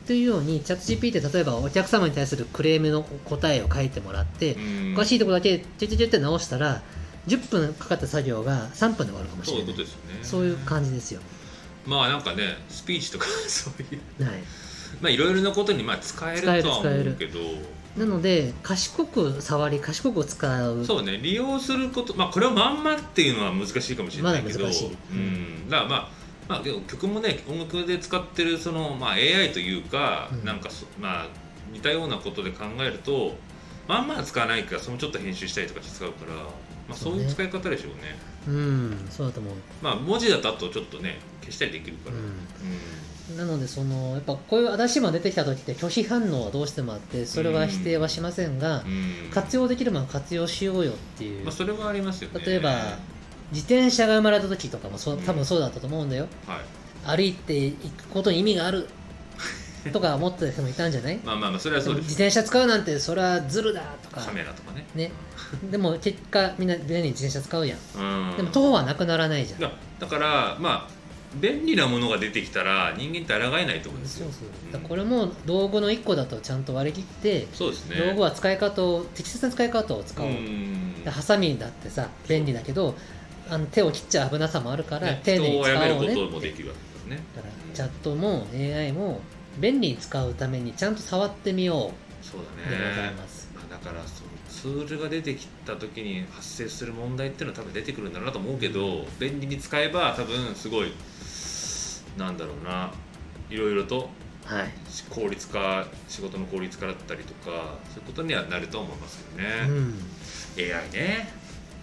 Speaker 1: というようにチャット GPT って例えばお客様に対するクレームの答えを書いてもらって、
Speaker 2: うん
Speaker 1: おかしいとこだけチュチュチュって直したら10分かかった作業が3分で終わるかもし
Speaker 2: そうい
Speaker 1: れ
Speaker 2: う
Speaker 1: な
Speaker 2: こ
Speaker 1: い
Speaker 2: とですよね
Speaker 1: そういう感じですよ
Speaker 2: まあなんかねスピーチとか そういう
Speaker 1: はい
Speaker 2: まあいろいろなことにまあ使えるとは
Speaker 1: 使え
Speaker 2: 思
Speaker 1: る
Speaker 2: うけど
Speaker 1: なので賢く触り賢く使う
Speaker 2: そうね利用することまあこれをまんまっていうのは難しいかもしれないけど
Speaker 1: まだ難しい
Speaker 2: うん、だからまあまあでも曲もね音楽で使ってるその、まあ、AI というか、
Speaker 1: うん
Speaker 2: なんかそまあ似たようなことで考えるとまあまあ使わないからそのちょっと編集したりとかして使うから、まあ、そういう使い方でしょうね
Speaker 1: うんそうだと思う、
Speaker 2: まあ文字だとあとちょっとね消したりできるから、うん
Speaker 1: うん、なのでそのやっぱこういう新しいものが出てきた時って拒否反応はどうしてもあってそれは否定はしませんが、
Speaker 2: うん
Speaker 1: 活用できるものは活用しようよっていう、
Speaker 2: まあ、それはありますよね
Speaker 1: 例えば
Speaker 2: は
Speaker 1: 自転車が生まれた時とかもそう
Speaker 2: うん
Speaker 1: 多分そうだったと思うんだよ、
Speaker 2: い、
Speaker 1: 歩いていくことに意味があるとか思ってた人もいたんじゃない
Speaker 2: まあまあまあそれは
Speaker 1: で
Speaker 2: そ
Speaker 1: も
Speaker 2: うで
Speaker 1: 自
Speaker 2: す
Speaker 1: 転車使うなんてそれはズルだとか
Speaker 2: カメラとかね
Speaker 1: ねでも結果みんな便利に自転車使うやん
Speaker 2: うん
Speaker 1: でも徒歩はなくならないじゃん
Speaker 2: だだからまあ便利なものが出てきたら人間って抗えないと思うんです
Speaker 1: そ
Speaker 2: よ
Speaker 1: うそうだからこ
Speaker 2: れ
Speaker 1: れも道具の一個だとちゃんと割り切って
Speaker 2: そうですね
Speaker 1: 道具は使い方を適切な使い方を使おう
Speaker 2: うん
Speaker 1: でハサミだってさ便利だけどあの手を切っちゃ危なさもあるから
Speaker 2: ね
Speaker 1: 丁寧
Speaker 2: 人
Speaker 1: に
Speaker 2: をや
Speaker 1: 使
Speaker 2: める
Speaker 1: おうね
Speaker 2: ことも
Speaker 1: って
Speaker 2: できるわけですね
Speaker 1: だからチャットも AI も便利に使うためにちゃんと触ってみよ
Speaker 2: そう
Speaker 1: う
Speaker 2: だ
Speaker 1: でござ
Speaker 2: ね
Speaker 1: います、
Speaker 2: まあだからそのツールが出てきた時に発生する問題っていうのは多分出てくるんだろうなと思うけど便利に使えば多分すごいなんだろうないろいろと
Speaker 1: はい
Speaker 2: 効率化仕事の効率化だったりとかそういうことにはなると思いますけど
Speaker 1: う
Speaker 2: ね、
Speaker 1: ん、
Speaker 2: AI ね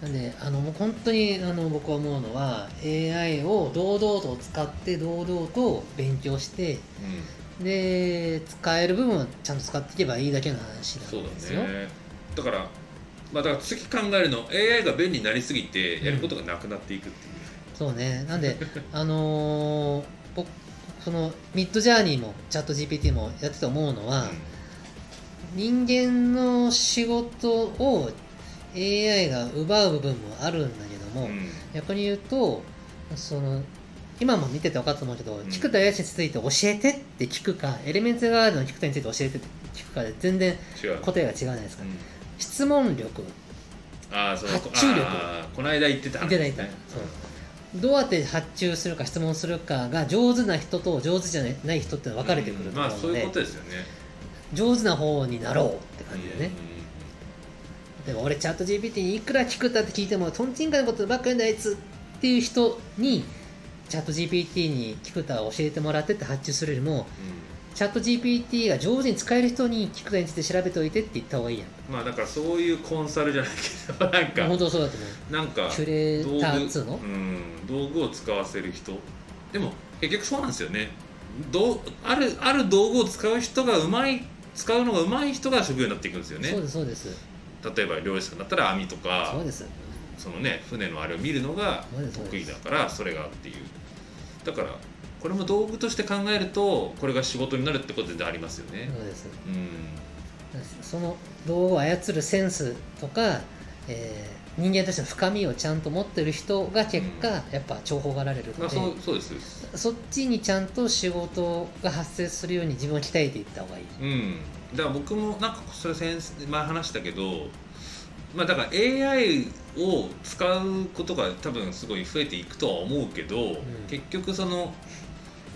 Speaker 1: なんであのもう本当にあの僕は思うのは AI を堂々と使って堂々と勉強して
Speaker 2: うん
Speaker 1: で使える部分はちゃんと使っていけばいいだけの話
Speaker 2: そう
Speaker 1: なんです
Speaker 2: だ
Speaker 1: よ、
Speaker 2: ねだからまあだから次考えるの AI が便利になりすぎてやることがなくなっていくっていう、
Speaker 1: そうねなん であのー僕そのミッドジャーニーもチャット GPT もやってて思うのは、人間の仕事を AI が奪う部分もあるんだけども、
Speaker 2: うん
Speaker 1: 逆に言うとその今も見てて分かったと思うけど、
Speaker 2: ん
Speaker 1: 菊田靖について教えてって聞くかエレメンツガードの菊田について教えてって聞くかで全然
Speaker 2: 違う、
Speaker 1: 答えが違うじゃないです
Speaker 2: う
Speaker 1: か、
Speaker 2: ん
Speaker 1: 質問力
Speaker 2: ああそう
Speaker 1: 発注力
Speaker 2: あーこの間言ってた話
Speaker 1: 言ってた言ってたどうやって発注するか質問するかが上手な人と上手じゃない人って分かれてくる
Speaker 2: うん
Speaker 1: と思う
Speaker 2: まあ
Speaker 1: ので、
Speaker 2: そういうことですよね
Speaker 1: 上手な方になろうって感じだよね、でも俺チャット GPT にいくら聞くったって聞いてもとんちんかのことばっかりだあいつっていう人にチャット GPT に聞くたを教えてもらってって発注するよりもチャット GPT が上手に使える人に聞くたについて調べておいてって言った方がいいやん
Speaker 2: うんまあだからそういうコンサルじゃないけどなん
Speaker 1: まあ本
Speaker 2: か
Speaker 1: 当そうだと思う
Speaker 2: なんか
Speaker 1: キュレーターっつうの
Speaker 2: うん道具を使わせる人でも結局そうなんですよねどうあるある道具を使う人がうまい使うのがうまい人が職業になっていくんですよね
Speaker 1: そうですそうです
Speaker 2: 例えば漁師さんだったら網とか
Speaker 1: そうです
Speaker 2: そのね船のあれを見るのが
Speaker 1: そうです
Speaker 2: 得意だからそれがっていうだからこれも道具として考えるとこれが仕事になるってことでありますよね
Speaker 1: そうです
Speaker 2: うん
Speaker 1: その道具を操るセンスとか、えー人間としての深みをちゃんと持ってる人が結果、
Speaker 2: うん
Speaker 1: やっぱ重宝がられる
Speaker 2: ま
Speaker 1: の
Speaker 2: あ
Speaker 1: で、
Speaker 2: そうそうですそうです
Speaker 1: そっちにちゃんと仕事が発生するように自分を鍛えていった方がいい、
Speaker 2: うんだから僕もなんかそれ先生前話したけどまあだから AI を使うことが多分すごい増えていくとは思うけど、結局その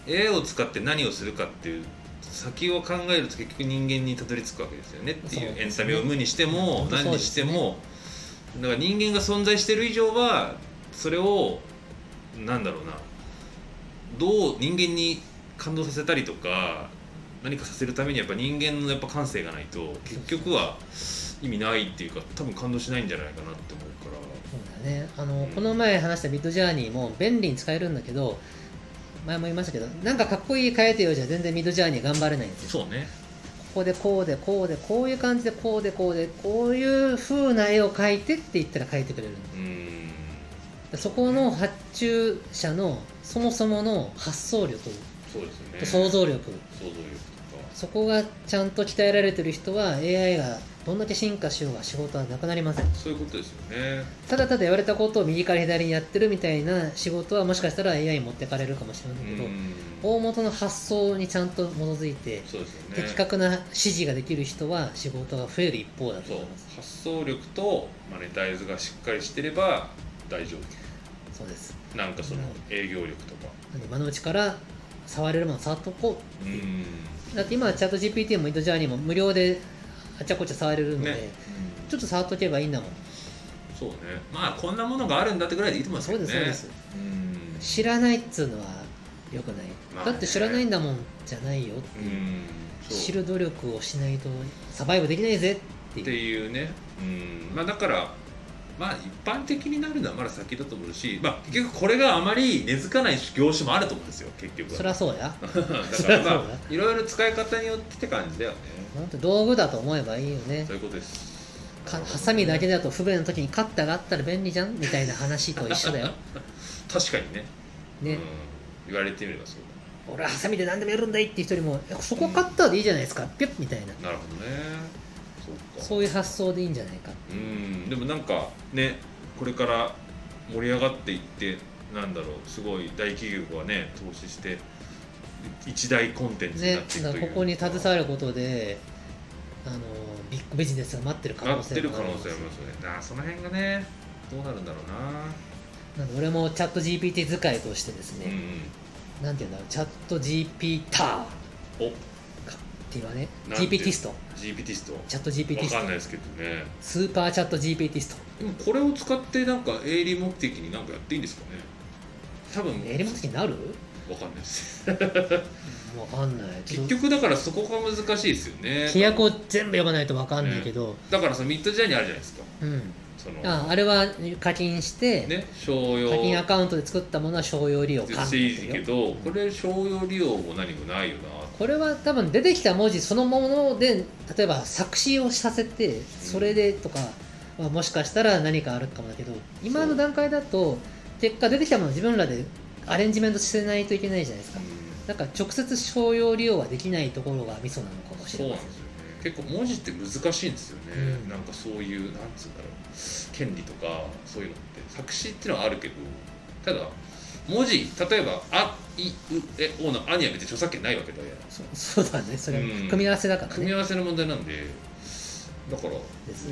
Speaker 2: AI を使って何をするかっていう先を考えると結局人間にたどり着くわけですよねってい
Speaker 1: そう
Speaker 2: う
Speaker 1: ですね
Speaker 2: エンタメを無にしても
Speaker 1: 本当
Speaker 2: 何
Speaker 1: そう
Speaker 2: に
Speaker 1: で
Speaker 2: し
Speaker 1: す
Speaker 2: て
Speaker 1: ね
Speaker 2: もだから人間が存在してる以上はそれをなんだろうなどう人間に感動させたりとか何かさせるためにやっぱ人間のやっぱ感性がないと結局は意味ないっていうか多分感動しないんじゃないかなって思うから。
Speaker 1: そうだよねあの、
Speaker 2: うん
Speaker 1: この前話したミッドジャーニーも便利に使えるんだけど前も言いましたけどなんかかっこいい変えてよじゃ全然ミッドジャーニー頑張れないんですよ
Speaker 2: そうね
Speaker 1: ここでこうでこうでこういう感じでこうでこうでこういう風な絵を描いてって言ったら描いてくれるの
Speaker 2: うん
Speaker 1: でそこの発注者のそもそもの発想力
Speaker 2: そうですね
Speaker 1: と想像力、
Speaker 2: 想像力とか
Speaker 1: そこがちゃんと鍛えられてる人は AI がどんだけ進化しようが仕事はなくなりません
Speaker 2: そういうことですよね
Speaker 1: ただただ言われたことを右から左にやってるみたいな仕事はもしかしたら AI に持ってかれるかもしれないけど、
Speaker 2: うん
Speaker 1: 大元の発想にちゃんと基づいて、
Speaker 2: そうですよね
Speaker 1: 的確な指示ができる人は仕事が増える一方だと
Speaker 2: そう
Speaker 1: 思います
Speaker 2: 発想力とマネタイズがしっかりしてれば大丈
Speaker 1: そうです
Speaker 2: 夫なんかその営業力とか
Speaker 1: なんで今のうちから触れるもの触っとこう
Speaker 2: うん
Speaker 1: だって今はチャット GPT もインドジャーニーも無料であちゃこちゃ触れるので、
Speaker 2: ね
Speaker 1: ちょっと触っとけばいいんだもん、
Speaker 2: そうねまあこんなものがあるんだってぐらいでいいと思います
Speaker 1: そう
Speaker 2: けど
Speaker 1: で
Speaker 2: ね
Speaker 1: すそうです
Speaker 2: うん
Speaker 1: 知らないっつうのは良くない、
Speaker 2: まあね
Speaker 1: だって知らないんだもんじゃないよって
Speaker 2: う
Speaker 1: いう、
Speaker 2: んそう
Speaker 1: 知る努力をしないとサバイブできないぜってい
Speaker 2: っ
Speaker 1: う
Speaker 2: ていうね、うんまあ、だから、まあ、一般的になるのはまだ先だと思うし、まあ、結局これがあまり根付かない業種もあると思うんですよ結局は
Speaker 1: そりゃそうや
Speaker 2: だ
Speaker 1: そ
Speaker 2: か
Speaker 1: り
Speaker 2: ら
Speaker 1: ゃそう
Speaker 2: ま
Speaker 1: だ
Speaker 2: あいろいろ使い方によってって感じだよね
Speaker 1: ほんと道具だと思えばいいよね
Speaker 2: そういうことです
Speaker 1: かハサミだけだと不便な時にカッターがあったら便利じゃんみたいな話と一緒だよ
Speaker 2: 確かにねう
Speaker 1: ね
Speaker 2: ん、言われてみればそう
Speaker 1: 俺はハサミで何でもやるんだいっていう人にもえそこはカッターでいいじゃないですかピュッみたいな
Speaker 2: だなるほどねそうか
Speaker 1: そういう発想でいいんじゃないか
Speaker 2: うんでもなんかねこれから盛り上がっていってなんだろうすごい大企業がね投資して一大コンテンツに
Speaker 1: ね
Speaker 2: なってい、く
Speaker 1: だか
Speaker 2: とい
Speaker 1: ら
Speaker 2: う
Speaker 1: ここに携わることで、あのビッグビジネスが待ってる可
Speaker 2: な
Speaker 1: 能
Speaker 2: っ
Speaker 1: 性
Speaker 2: てる
Speaker 1: も
Speaker 2: 可
Speaker 1: ある
Speaker 2: 能性もありますよねなあその辺がねどうなるんだろう
Speaker 1: なんで俺もチャット GPT 使いとしてです
Speaker 2: な、
Speaker 1: ね、なんていうんだろう、チャット GPT ターっ
Speaker 2: うんお
Speaker 1: ていうのはね、
Speaker 2: なんて
Speaker 1: GPT スト、
Speaker 2: GPT スト
Speaker 1: チャット GPT
Speaker 2: わ
Speaker 1: ス
Speaker 2: かん
Speaker 1: ト、
Speaker 2: ないですけどね
Speaker 1: スーパーチャット GPT スト、
Speaker 2: でもこれを使ってなんか営利目的になんかやっていいんですかね多分
Speaker 1: エリマスになる
Speaker 2: わかんないです
Speaker 1: わかんない、ちょ
Speaker 2: 結
Speaker 1: っと
Speaker 2: 局だからそこが難しいですよね
Speaker 1: 規約を全部読まないとわかんないけど、
Speaker 2: だからそのミッドジャーニーあるじゃないですか
Speaker 1: うん、
Speaker 2: その
Speaker 1: ああれは課金して、
Speaker 2: ね商用
Speaker 1: 課金アカウントで作ったものは商用利用可
Speaker 2: していいけ
Speaker 1: よ
Speaker 2: どこれ商用利用も何もないよな
Speaker 1: これは多分出てきた文字そのもので例えば作詞をさせてそれでとかはもしかしたら何かあるかもだけど今の段階だと結果出てきたものを自分らでアレンジメントしてないといけないじゃないですかだから直接商用利用はできないところがミソなのかもし
Speaker 2: そう
Speaker 1: れ
Speaker 2: な
Speaker 1: ま
Speaker 2: ん
Speaker 1: せん
Speaker 2: ですよね結構文字って難しいんですよね、
Speaker 1: うん
Speaker 2: なんかそういうなんつうんだろう権利とかそういうのって作詞っていうのはあるけどただ文字例えば「あ」「い」「う」「え」「お」の「あ」には別に著作権ないわけだよ
Speaker 1: そうそうだねそれ
Speaker 2: うん
Speaker 1: 組み合わせだから
Speaker 2: 組み
Speaker 1: ね
Speaker 2: 合わせの問題なんでだからね
Speaker 1: です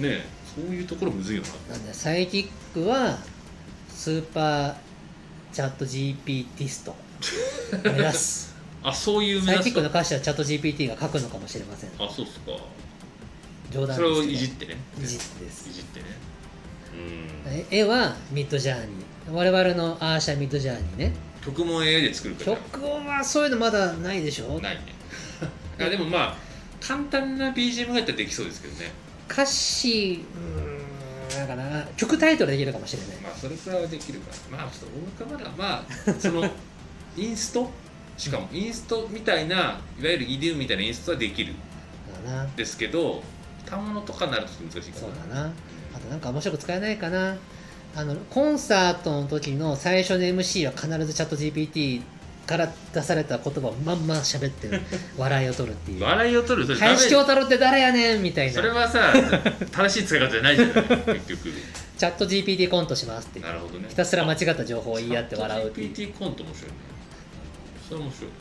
Speaker 2: そういうところむずいよな
Speaker 1: なんでサイキックは スーパーチャット GPT ストを目指す
Speaker 2: あそういう
Speaker 1: サ
Speaker 2: 目
Speaker 1: イキ
Speaker 2: 指
Speaker 1: ックの
Speaker 2: す
Speaker 1: 歌詞はチャット GPT が書くのかもしれません
Speaker 2: あそうっすか
Speaker 1: 冗談
Speaker 2: それをい
Speaker 1: です
Speaker 2: じっ
Speaker 1: け
Speaker 2: てね
Speaker 1: どいじってです
Speaker 2: いじってねうん
Speaker 1: え絵はミッドジャーニー我々のアーシャミッドジャーニーね
Speaker 2: 曲も AI で作るから
Speaker 1: 曲はそういうのまだないでしょ
Speaker 2: ないねあでもまあ簡単な BGM だったらできそうですけどね
Speaker 1: 歌詞うーんなんかな曲タイトルできるかもしれない
Speaker 2: まあそれくらいはできるからまあちょっと大仲間だまあ そのインストしかもインストみたいないわゆる EDM みたいなインストはできる
Speaker 1: だな
Speaker 2: ですけど歌物とかになると難しいか
Speaker 1: そう
Speaker 2: な
Speaker 1: だなあとなんか面白く使えないかなあのコンサートの時の最初の MC は必ずチャット GPT から出された言葉をまんま喋って る笑いを取るっていう
Speaker 2: 笑いを取るそれダメ
Speaker 1: 林京太郎って誰やねんみたいな
Speaker 2: それはさ正しい使い方じゃないじゃない結 局
Speaker 1: チャット GPT コントしますって
Speaker 2: なるほどね
Speaker 1: ひたすら間違った情報を言い合って笑うっていう
Speaker 2: GPT コント面白いねそれ面白い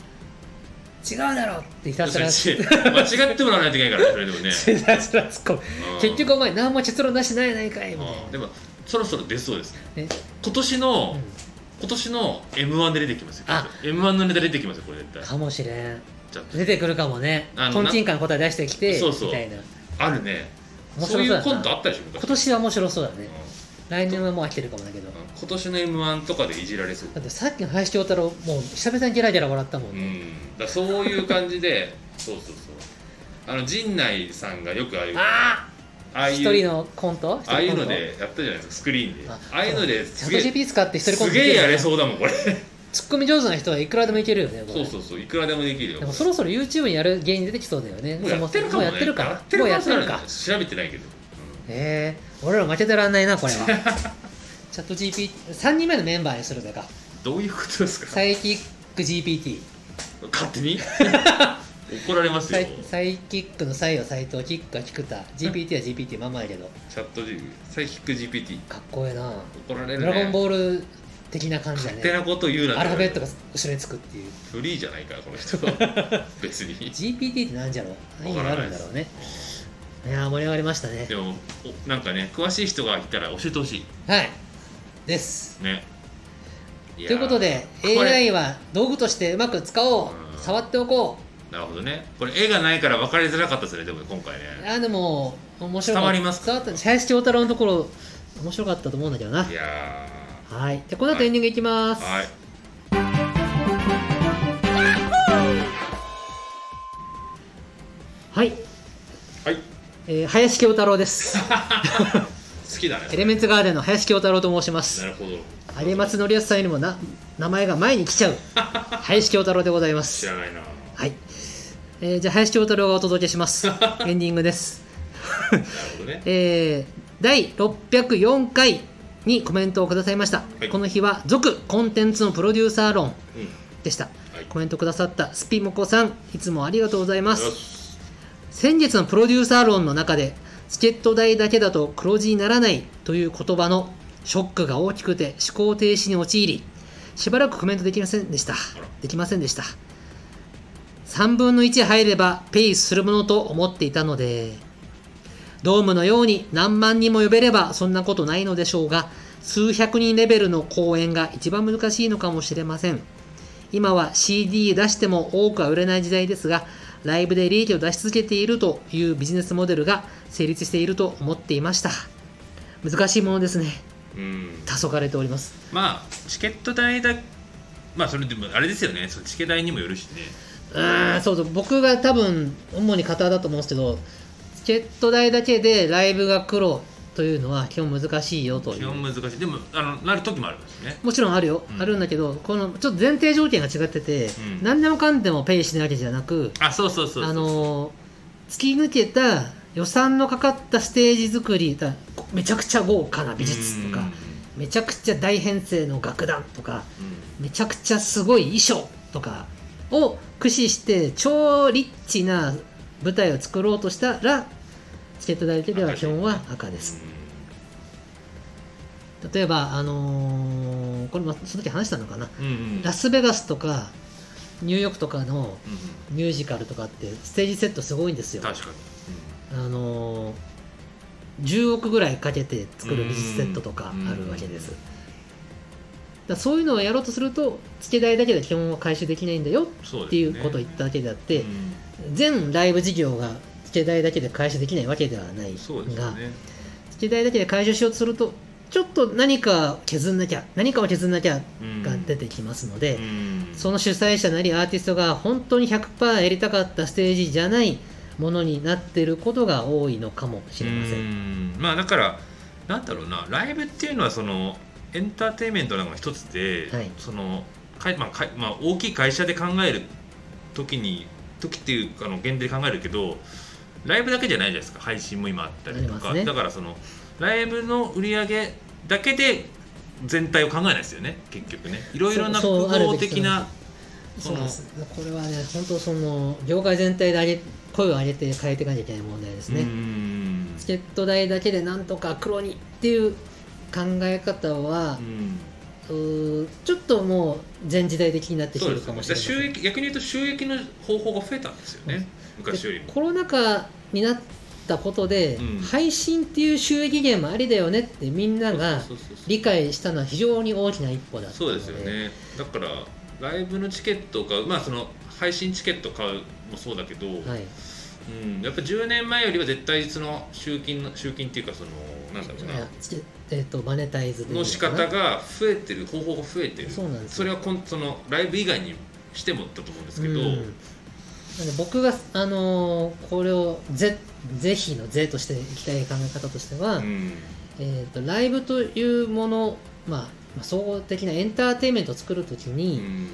Speaker 1: 違うだろってひたすらひ
Speaker 2: それ間違ってもらわないといけないからそれ でもね
Speaker 1: たすら突っ込む
Speaker 2: うん
Speaker 1: 結局お前何も結論出してないやないかいみたい
Speaker 2: うんでもそろそろ出そうですね
Speaker 1: ね
Speaker 2: 今年の、
Speaker 1: な、うん
Speaker 2: 今年の m 1で出てきますよ
Speaker 1: あ
Speaker 2: m 1のネタ出てきますよこれ絶対
Speaker 1: かもしれん
Speaker 2: ちゃんと
Speaker 1: 出てくるかもね
Speaker 2: あの
Speaker 1: トンチンカンの答え出してきて
Speaker 2: そうそう
Speaker 1: みたいな
Speaker 2: あるね
Speaker 1: 面白
Speaker 2: そ
Speaker 1: そうう
Speaker 2: い
Speaker 1: だ
Speaker 2: う
Speaker 1: な
Speaker 2: コントあったでしょ昔
Speaker 1: 今年は面白そうだ
Speaker 2: う
Speaker 1: ね
Speaker 2: ん
Speaker 1: 来年はもう飽きてるかもだけど
Speaker 2: うん今年の m 1とかでいじられそう
Speaker 1: だってさっきの林京太郎もう久々にゲラゲラ笑ったもん
Speaker 2: う
Speaker 1: ね、
Speaker 2: んだからそういう感じでそうそうそうあの陣内さんがよくああいう
Speaker 1: あ
Speaker 2: あ
Speaker 1: あ
Speaker 2: あい
Speaker 1: 一
Speaker 2: う
Speaker 1: 人のコント一人コント
Speaker 2: ああいうのでやったじゃないですかスクリーンであ
Speaker 1: あ
Speaker 2: あいうので
Speaker 1: チャ
Speaker 2: す
Speaker 1: ッ
Speaker 2: げ
Speaker 1: ト
Speaker 2: え
Speaker 1: GP 使って一人コン
Speaker 2: す
Speaker 1: ト
Speaker 2: げえやれ
Speaker 1: う
Speaker 2: そうだもんこれ
Speaker 1: ツッコミ上手な人はいくらでもいけるよねこれ
Speaker 2: そうそうそういくらでもできるよ
Speaker 1: でもそろそろ YouTube にやる芸人出てきそうだよね
Speaker 2: もうやってるかも
Speaker 1: もうや
Speaker 2: ね
Speaker 1: ってるか
Speaker 2: や
Speaker 1: もう
Speaker 2: っ
Speaker 1: や
Speaker 2: て
Speaker 1: って
Speaker 2: る
Speaker 1: るか
Speaker 2: 可能性あるね調べてないけど
Speaker 1: へえ俺ら負けてらんないなこれは チャット GPT3 人目のメンバーにするとか
Speaker 2: どういうことですか
Speaker 1: サイキック GPT
Speaker 2: 勝 手に怒られます
Speaker 1: サ
Speaker 2: よ
Speaker 1: イサイキックのサイは斎藤キックは菊田 GPT は GPT まんまやけど
Speaker 2: チャット G サイキック GPT
Speaker 1: かっこええな
Speaker 2: 怒られる
Speaker 1: ド
Speaker 2: ね
Speaker 1: ラゴンボール的な感じだ
Speaker 2: 勝手
Speaker 1: ね
Speaker 2: なこと言うな
Speaker 1: アルファベットが後ろにつくっていう
Speaker 2: フリーじゃないかこの人 別に
Speaker 1: GPT ってなんじゃろう何があるんだろうねいやー盛り上がりましたね
Speaker 2: でもおなんかね詳しい人がいたら教えてほし
Speaker 1: はいです
Speaker 2: いねと
Speaker 1: ということで
Speaker 2: これ
Speaker 1: AI は道具としてうまく使おう
Speaker 2: うん
Speaker 1: 触っておこ
Speaker 2: なるほどねこれ絵がないから分かりづらかったですねでも今回
Speaker 1: う
Speaker 2: ね
Speaker 1: あーでも面白い
Speaker 2: 伝わりますか
Speaker 1: 伝わった林京太郎のところ面白かったと思うんだけどない
Speaker 2: や
Speaker 1: はいでこの後エンディングいきます
Speaker 2: ーはい
Speaker 1: はい、
Speaker 2: はい好
Speaker 1: えー林京太郎です。
Speaker 2: きだね
Speaker 1: エレメンツガーデンの林京太郎と申しま
Speaker 2: な
Speaker 1: す。
Speaker 2: るほど
Speaker 1: 有松則康さんよりもな名前が前に来 ちゃう林京太郎でございま
Speaker 2: 知
Speaker 1: す。
Speaker 2: らないな
Speaker 1: はい、えーじゃあ林京太郎がお届けします。エンディングです。
Speaker 2: なるほどね
Speaker 1: えー第604回にコメントをくださいました。
Speaker 2: はい
Speaker 1: この日は続コンテンツのプロデューサー論
Speaker 2: うん
Speaker 1: でした。
Speaker 2: はい
Speaker 1: コメントくださったスピモコさん、いつもありがとうございます。
Speaker 2: よし
Speaker 1: 先月のプロデューサー論の中でチケット代だけだと黒字にならないという言葉のショックが大きくて思考停止に陥りしばらくコメントできませんでした
Speaker 2: ら
Speaker 1: できませんでした3分の1入ればペイするものと思っていたのでドームのように何万人も呼べればそんなことないのでしょうが数百人レベルの公演が一番難しいのかもしれません今は CD 出しても多くは売れない時代ですがライブで利益を出し続けているというビジネスモデルが成立していると思っていました難しいものですね
Speaker 2: うん
Speaker 1: 黄昏れております
Speaker 2: まあチケット代だまあそれでもあれですよねそのチケ代にもよるしね
Speaker 1: うーんそうそう僕が多分主に方だと思うんですけどチケット代だけでライブが苦労というのは基本難しいよとい
Speaker 2: 基本
Speaker 1: う
Speaker 2: 難しいでもあのなる時もあるんですね
Speaker 1: もちろんあるよ、
Speaker 2: うん
Speaker 1: あるんだけどこのちょっと前提条件が違ってて、
Speaker 2: うん
Speaker 1: 何でもかんでもペイしないわけじゃなく
Speaker 2: あそうそうそうそう
Speaker 1: あのー突き抜けた予算のかかったステージ作りだめちゃくちゃ豪華な美術とかめちゃくちゃ大編成の楽団とか
Speaker 2: うんう
Speaker 1: め
Speaker 2: ん
Speaker 1: ちゃくちゃすごい衣装とかを駆使して超リッチな舞台を作ろうとしたらチケット代だけでは基本は赤です例えばあのーこれもその時話したのかな
Speaker 2: うんうん
Speaker 1: ラスベガスとかニューヨークとかの
Speaker 2: うんうん
Speaker 1: ミュージカルとかってステージセットすごいんですよ
Speaker 2: 確かに
Speaker 1: あのー10億ぐらいかけて作る美術セットとかあるわけです。だからそういうのをやろうとすると付け代だけで基本は回収できないんだよっていうことを言っただけであって、全ライブ事業が付け代だけで回収できないわけではないが、
Speaker 2: そうですよね
Speaker 1: 付け代だけで回収しようとするとちょっと何か削んなきゃ何かを削んなきゃ
Speaker 2: うん
Speaker 1: が出てきますので、
Speaker 2: うん
Speaker 1: その主催者なりアーティストが本当に100%やりたかったステージじゃないものになってることが多いのかもしれませ。
Speaker 2: うんんまあだからなんだろうなライブっていうのはそのエンターテインメントなんか一つで、
Speaker 1: はい
Speaker 2: そのかいまあかいまあ、大きい会社で考える時に時っていうかあの限定で考えるけどライブだけじゃないじゃないですか配信も今あったりと
Speaker 1: ありま
Speaker 2: か、
Speaker 1: すね
Speaker 2: だからそのライブの売り上げだけで全体を考えないですよね結局ねいろいろな
Speaker 1: そう
Speaker 2: 複
Speaker 1: そうある
Speaker 2: 合
Speaker 1: べき
Speaker 2: 的な
Speaker 1: そうなんですこれはね本当その業界全体で上げ声を上げて変えていかなきゃいけない問題ですね。
Speaker 2: うん
Speaker 1: チケット代だけでなんとか黒にっていう考え方は
Speaker 2: う、ん
Speaker 1: うーちょっともう全時代的になってき
Speaker 2: そ
Speaker 1: て
Speaker 2: う
Speaker 1: る
Speaker 2: です
Speaker 1: か
Speaker 2: ね
Speaker 1: も
Speaker 2: だ
Speaker 1: し
Speaker 2: か
Speaker 1: れ
Speaker 2: ら
Speaker 1: ない
Speaker 2: 収益逆に言うと収益の方法が増えたんですよね昔よりも
Speaker 1: コロナ禍になったことで、
Speaker 2: うん
Speaker 1: 配信っていう収益源もありだよねってみんなが
Speaker 2: そうそうそうそう
Speaker 1: 理解したのは非常に大きな一歩だった
Speaker 2: そ
Speaker 1: の
Speaker 2: う
Speaker 1: で
Speaker 2: ですよねだからライブのチケットかまあその配信チケット買うもそうだけど、
Speaker 1: はい、
Speaker 2: うん、やっぱ10年前よりは絶対その集金の集金っていうかそのなんだろう
Speaker 1: いや
Speaker 2: な
Speaker 1: チケえっとマネタイズというか
Speaker 2: の仕方が増えてる方法が増えてる
Speaker 1: そうなんですよ
Speaker 2: れはこんそのライブ以外にしてもだと思うんですけど、
Speaker 1: うんなんで僕が、あのーこれをぜぜひの「ぜ」としていきたい考え方としては、
Speaker 2: うん
Speaker 1: えー、とライブというもの、まあ、まあ総合的なエンターテインメントを作るとき
Speaker 2: う
Speaker 1: に、
Speaker 2: ん
Speaker 1: えー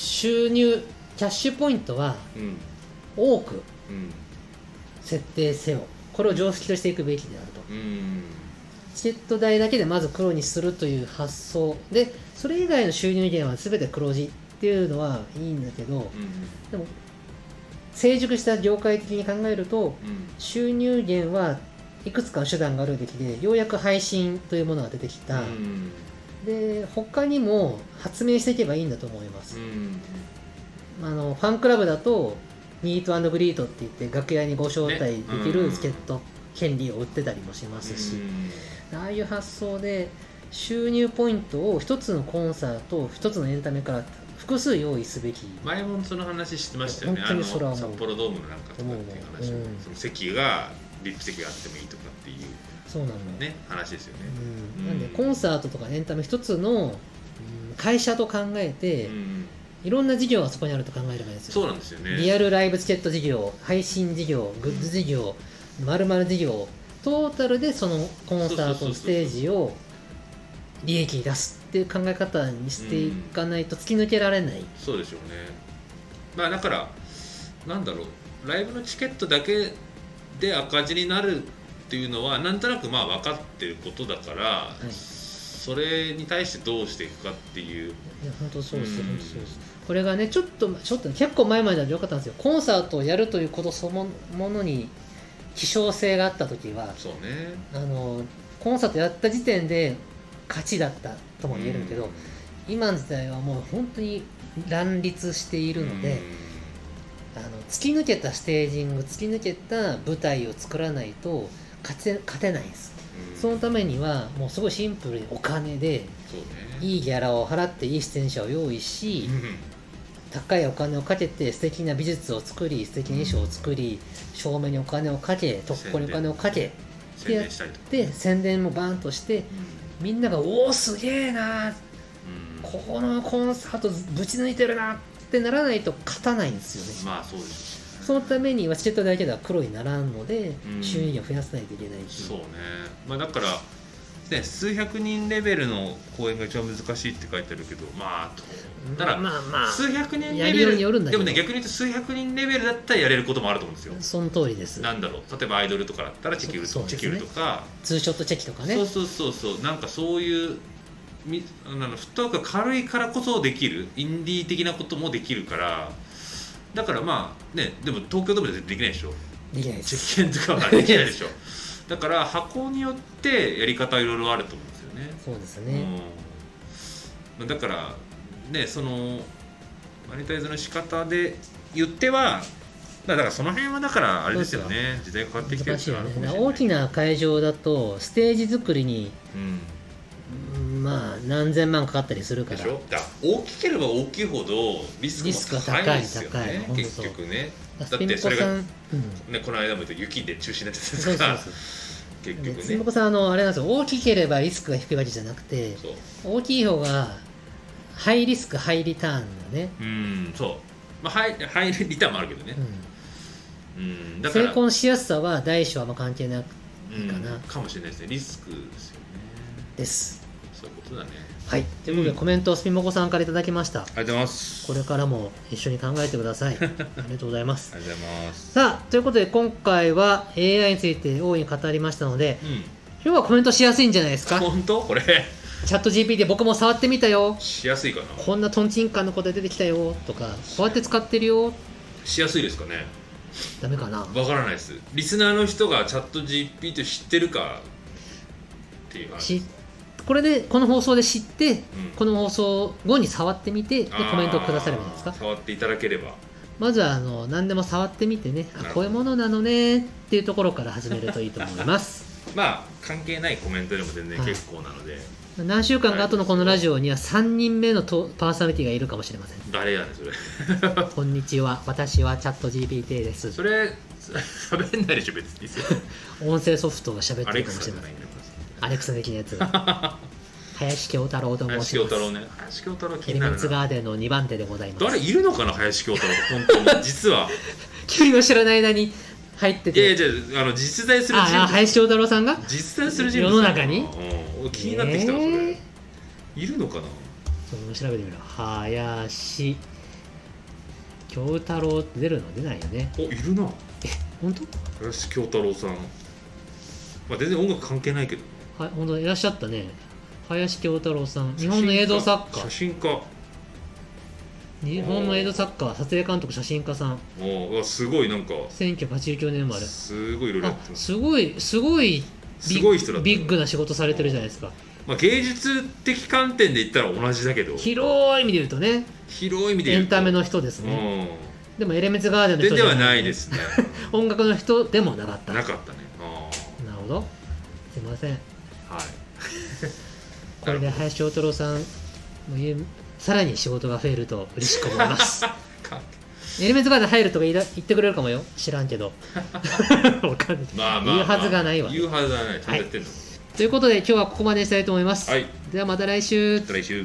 Speaker 1: 収入キャッシュポイントは
Speaker 2: うん
Speaker 1: 多く
Speaker 2: うん
Speaker 1: 設定せよこれを常識としていくべきであると
Speaker 2: うん
Speaker 1: チケット代だけでまず黒にするという発想でそれ以外の収入源は全て黒字っていうのはいいんだけどでも成熟した業界的に考えると
Speaker 2: うん
Speaker 1: 収入源はいくつかの手段があるべきでようやく配信というものが出てきた、
Speaker 2: うん
Speaker 1: で他にも発明していけばいいんだと思います
Speaker 2: う、ん
Speaker 1: あのファンクラブだとミートグリートって言って楽屋にご招待でき
Speaker 2: ねう
Speaker 1: る
Speaker 2: ん
Speaker 1: チケット権利を売ってたりもしますし、
Speaker 2: うん
Speaker 1: ああいう発想で収入ポイントを一つのコンサート一つのエンタメから複数用意すべき
Speaker 2: 前もその話してましたよね
Speaker 1: 本
Speaker 2: あ
Speaker 1: 当に
Speaker 2: の
Speaker 1: そ
Speaker 2: 札
Speaker 1: れはもう
Speaker 2: 幌ドームのなんかとかっていう話も、
Speaker 1: 思ううん
Speaker 2: その席がリップ席があってもいいとかっていう
Speaker 1: そうなの、
Speaker 2: ね話ですよね。
Speaker 1: う、
Speaker 2: うんん
Speaker 1: なんでコンサートとかエンタメ一つのうん会社と考えて、
Speaker 2: うん
Speaker 1: いろんな事業がそこにあると考えればいいですよ
Speaker 2: そうなんですよね。
Speaker 1: リアルライブチケット事業、配信事業、グッズ事業、まるまる事業、トータルでそのコンサー
Speaker 2: そうそうそうそ
Speaker 1: ト
Speaker 2: う
Speaker 1: ステージを利益に出すっていう考え方にしていかないと突き抜けられない。
Speaker 2: そうでしょうね。まあだからなんだろうライブのチケットだけで赤字になるっていうのはなんとなくまあ分かってることだから、
Speaker 1: い
Speaker 2: それに対してどうしていくかっていう。
Speaker 1: いや本当そうです、
Speaker 2: うん
Speaker 1: 本当そうです。これがね、ちょっと、ちょっと結構前までは良かったんですよ。コンサートをやるということそのものに希少性があった時は、
Speaker 2: そうね。
Speaker 1: あの、コンサートやった時点で勝ちだったとも言えるけど、今の時代はもう本当に乱立してい
Speaker 2: うん、
Speaker 1: るので、あの突き抜けたステージング突き抜けた舞台を作らないと勝て勝てないんです
Speaker 2: うん
Speaker 1: そのためにはもうすごいシンプルにお金で
Speaker 2: そうね。
Speaker 1: いいギャラを払っていい出演者を用意し
Speaker 2: うん
Speaker 1: 高いお金をかけて素敵な美術を作り素敵な衣装を作り照明にお金をかけ特攻にお金をかけ
Speaker 2: 宣伝したりとか
Speaker 1: で宣伝もバーンとして
Speaker 2: う
Speaker 1: みんなが「おおすげえなー
Speaker 2: ん
Speaker 1: ここのコンサートぶち抜いてるな」ってならないと勝たないんですよね
Speaker 2: まあそうです
Speaker 1: そのためにはチケットだけでは黒にならんので、
Speaker 2: うん
Speaker 1: 収益を増やさないといけないし
Speaker 2: そうねまあだからね、数百人レベルの公演が一番難しいって書いてあるけどまあとた
Speaker 1: まあ
Speaker 2: だ
Speaker 1: まあまあ
Speaker 2: 数百人
Speaker 1: や
Speaker 2: レ
Speaker 1: り
Speaker 2: ベ
Speaker 1: よう
Speaker 2: ル
Speaker 1: によるんだけ
Speaker 2: で
Speaker 1: ど
Speaker 2: もね逆に言うと数百人レベルだったらやれることもあると思うんですよ
Speaker 1: その通りです
Speaker 2: なんだろう例えばアイドルとかだったらチェキ売る
Speaker 1: そ
Speaker 2: と
Speaker 1: うそうです
Speaker 2: チ
Speaker 1: ね
Speaker 2: ェキ売るとか
Speaker 1: ツーショットチェキとかね
Speaker 2: そうそうそうそうなんかそういうみあのフットワークが軽いからこそできるインディー的なこともできるからだからまあねでも東京ドームで絶対できないでしょ
Speaker 1: できないです
Speaker 2: 実験とかはできないでしょだから箱によってやり方いろいろあると思うんですよね
Speaker 1: そうですね、
Speaker 2: うん、だからねそのマネタイズの仕方で言ってはだからその辺はだからあれですよね時代変わってきてる
Speaker 1: 難
Speaker 2: っ
Speaker 1: してい
Speaker 2: いう
Speaker 1: よ
Speaker 2: のはある
Speaker 1: ね
Speaker 2: かもしれない
Speaker 1: 大きな会場だとステージ作りに
Speaker 2: うん
Speaker 1: うんまあ何千万かかったりするか
Speaker 2: で
Speaker 1: ら
Speaker 2: しょだから大きければ大きいほどリス
Speaker 1: リス
Speaker 2: ク
Speaker 1: ク
Speaker 2: も
Speaker 1: が
Speaker 2: 高
Speaker 1: 高
Speaker 2: い
Speaker 1: い
Speaker 2: ですよ
Speaker 1: 高い
Speaker 2: ね
Speaker 1: ほんと
Speaker 2: 結
Speaker 1: そう
Speaker 2: 局ねだ
Speaker 1: ス
Speaker 2: っ
Speaker 1: ピン
Speaker 2: て
Speaker 1: コ
Speaker 2: そ
Speaker 1: さ
Speaker 2: れが
Speaker 1: ん、うん、
Speaker 2: ねこの間も言った雪で中止になっちゃった
Speaker 1: そう
Speaker 2: やつ
Speaker 1: そう
Speaker 2: が
Speaker 1: そう
Speaker 2: 結
Speaker 1: で
Speaker 2: 局
Speaker 1: スミ
Speaker 2: ね
Speaker 1: コさんあのあれなんですよ大きければリスクが低いわけじゃなくて
Speaker 2: そう
Speaker 1: 大きい方がハイリスクハイリターンだね、
Speaker 2: うんそうまあ入入るリターンもあるけどね
Speaker 1: う
Speaker 2: うん
Speaker 1: ん、
Speaker 2: だか
Speaker 1: 成
Speaker 2: ら
Speaker 1: 婚しやすさは大小はあんま関係なく
Speaker 2: うん
Speaker 1: かな
Speaker 2: かもしれないですねリスクですよね
Speaker 1: です
Speaker 2: そういうことだね
Speaker 1: はいということで、
Speaker 2: うん
Speaker 1: コメントをスピモコさんからいただきました
Speaker 2: ありがとうございます
Speaker 1: これからも一緒に考えてくだ さいありがとうございます
Speaker 2: ありがとうございます
Speaker 1: さあということで今回は AI について大いに語りましたので
Speaker 2: うん
Speaker 1: 今日はコメントしやすいんじゃないですか
Speaker 2: 本当これ
Speaker 1: チャット GPT 僕も触ってみたよ
Speaker 2: しやすいかな
Speaker 1: こんなトンチンカンの答え出てきたよとかこうやって使ってるよ
Speaker 2: しやすいですかね
Speaker 1: ダメかな
Speaker 2: わからないですリスナーの人がチャット GPT 知ってるかっていう話
Speaker 1: しこれでこの放送で知って
Speaker 2: うん
Speaker 1: この放送後に触ってみてで
Speaker 2: あー
Speaker 1: コメントをくださればいいんですか
Speaker 2: 触っていただければ
Speaker 1: まずはあの何でも触ってみてね
Speaker 2: な
Speaker 1: あ
Speaker 2: るほど
Speaker 1: こういうものなのねっていうところから始めるといいと思います
Speaker 2: まあ関係ないコメントでも全然
Speaker 1: はい
Speaker 2: 結構なので、
Speaker 1: 何週間か後のこのラジオには3人目のとパーソナリティがいるかもしれません
Speaker 2: 誰やねんそれ
Speaker 1: こんにちは私はチャット GPT です
Speaker 2: それ 喋んないでしょ別に
Speaker 1: 音声ソフトが喋っ
Speaker 2: ア
Speaker 1: て
Speaker 2: レ
Speaker 1: る
Speaker 2: ク
Speaker 1: かもし
Speaker 2: サじ
Speaker 1: れ
Speaker 2: ゃ
Speaker 1: ま
Speaker 2: な
Speaker 1: せ
Speaker 2: い
Speaker 1: ん
Speaker 2: んだよ
Speaker 1: アレクサ的な やつが林京太郎と申
Speaker 2: 林
Speaker 1: し
Speaker 2: 京
Speaker 1: ます
Speaker 2: 太郎ね林京太郎気
Speaker 1: エレ
Speaker 2: にな
Speaker 1: メ
Speaker 2: る
Speaker 1: ンツ
Speaker 2: な
Speaker 1: ガーデンの2番手でございます
Speaker 2: 誰いるのかな林京太郎本当に 実は
Speaker 1: 君の知らない間に入って
Speaker 2: いやい
Speaker 1: て
Speaker 2: やじゃああの実在する人
Speaker 1: ああ
Speaker 2: 物
Speaker 1: 林京太郎さんが
Speaker 2: 実在する人物
Speaker 1: 世の中に
Speaker 2: うん、気になってきたわそれ、
Speaker 1: え
Speaker 2: いるのかな
Speaker 1: ちょっと調べてみろ林京太郎って出るの出ないよね
Speaker 2: おいるな
Speaker 1: 本当
Speaker 2: 林京太郎さん、まあ、全然音楽関係ないけど
Speaker 1: はい本当いらっしゃったね林京太郎さん日本の映像作家
Speaker 2: 写真家
Speaker 1: 日本の映像作家撮影監督写真家さん
Speaker 2: おーうわすごいなんか
Speaker 1: 1989年生まれ
Speaker 2: すごいいろいろや
Speaker 1: あ
Speaker 2: ってます
Speaker 1: すごいすごいビ
Speaker 2: すごい人だった
Speaker 1: ビッグな仕事されてるじゃないですか
Speaker 2: まあ、芸術的観点で言ったら同じだけど
Speaker 1: 広い意味で言うとね
Speaker 2: 広い意味で
Speaker 1: エ
Speaker 2: 言う
Speaker 1: ン
Speaker 2: と
Speaker 1: タメの人です
Speaker 2: う
Speaker 1: ね
Speaker 2: ん
Speaker 1: でもエレメンツガーデンの
Speaker 2: で
Speaker 1: 人
Speaker 2: ではないです すね
Speaker 1: 音楽の人でもなかった
Speaker 2: なかったねあ
Speaker 1: なるほどすいません
Speaker 2: ーはい
Speaker 1: これで林翔太郎さんの家さらに仕事が増えると嬉しく思います
Speaker 2: か
Speaker 1: エレメンツガーデン入るとか言いだ言ってくれるかもよ知らんけ どわかんない
Speaker 2: まあまあ、まあ、
Speaker 1: 言うはずがないわ
Speaker 2: 言うはずがないちゃんとやってんの
Speaker 1: ということで今日はここまでにしたいと思います、
Speaker 2: はい、
Speaker 1: ではまた来週
Speaker 2: また来週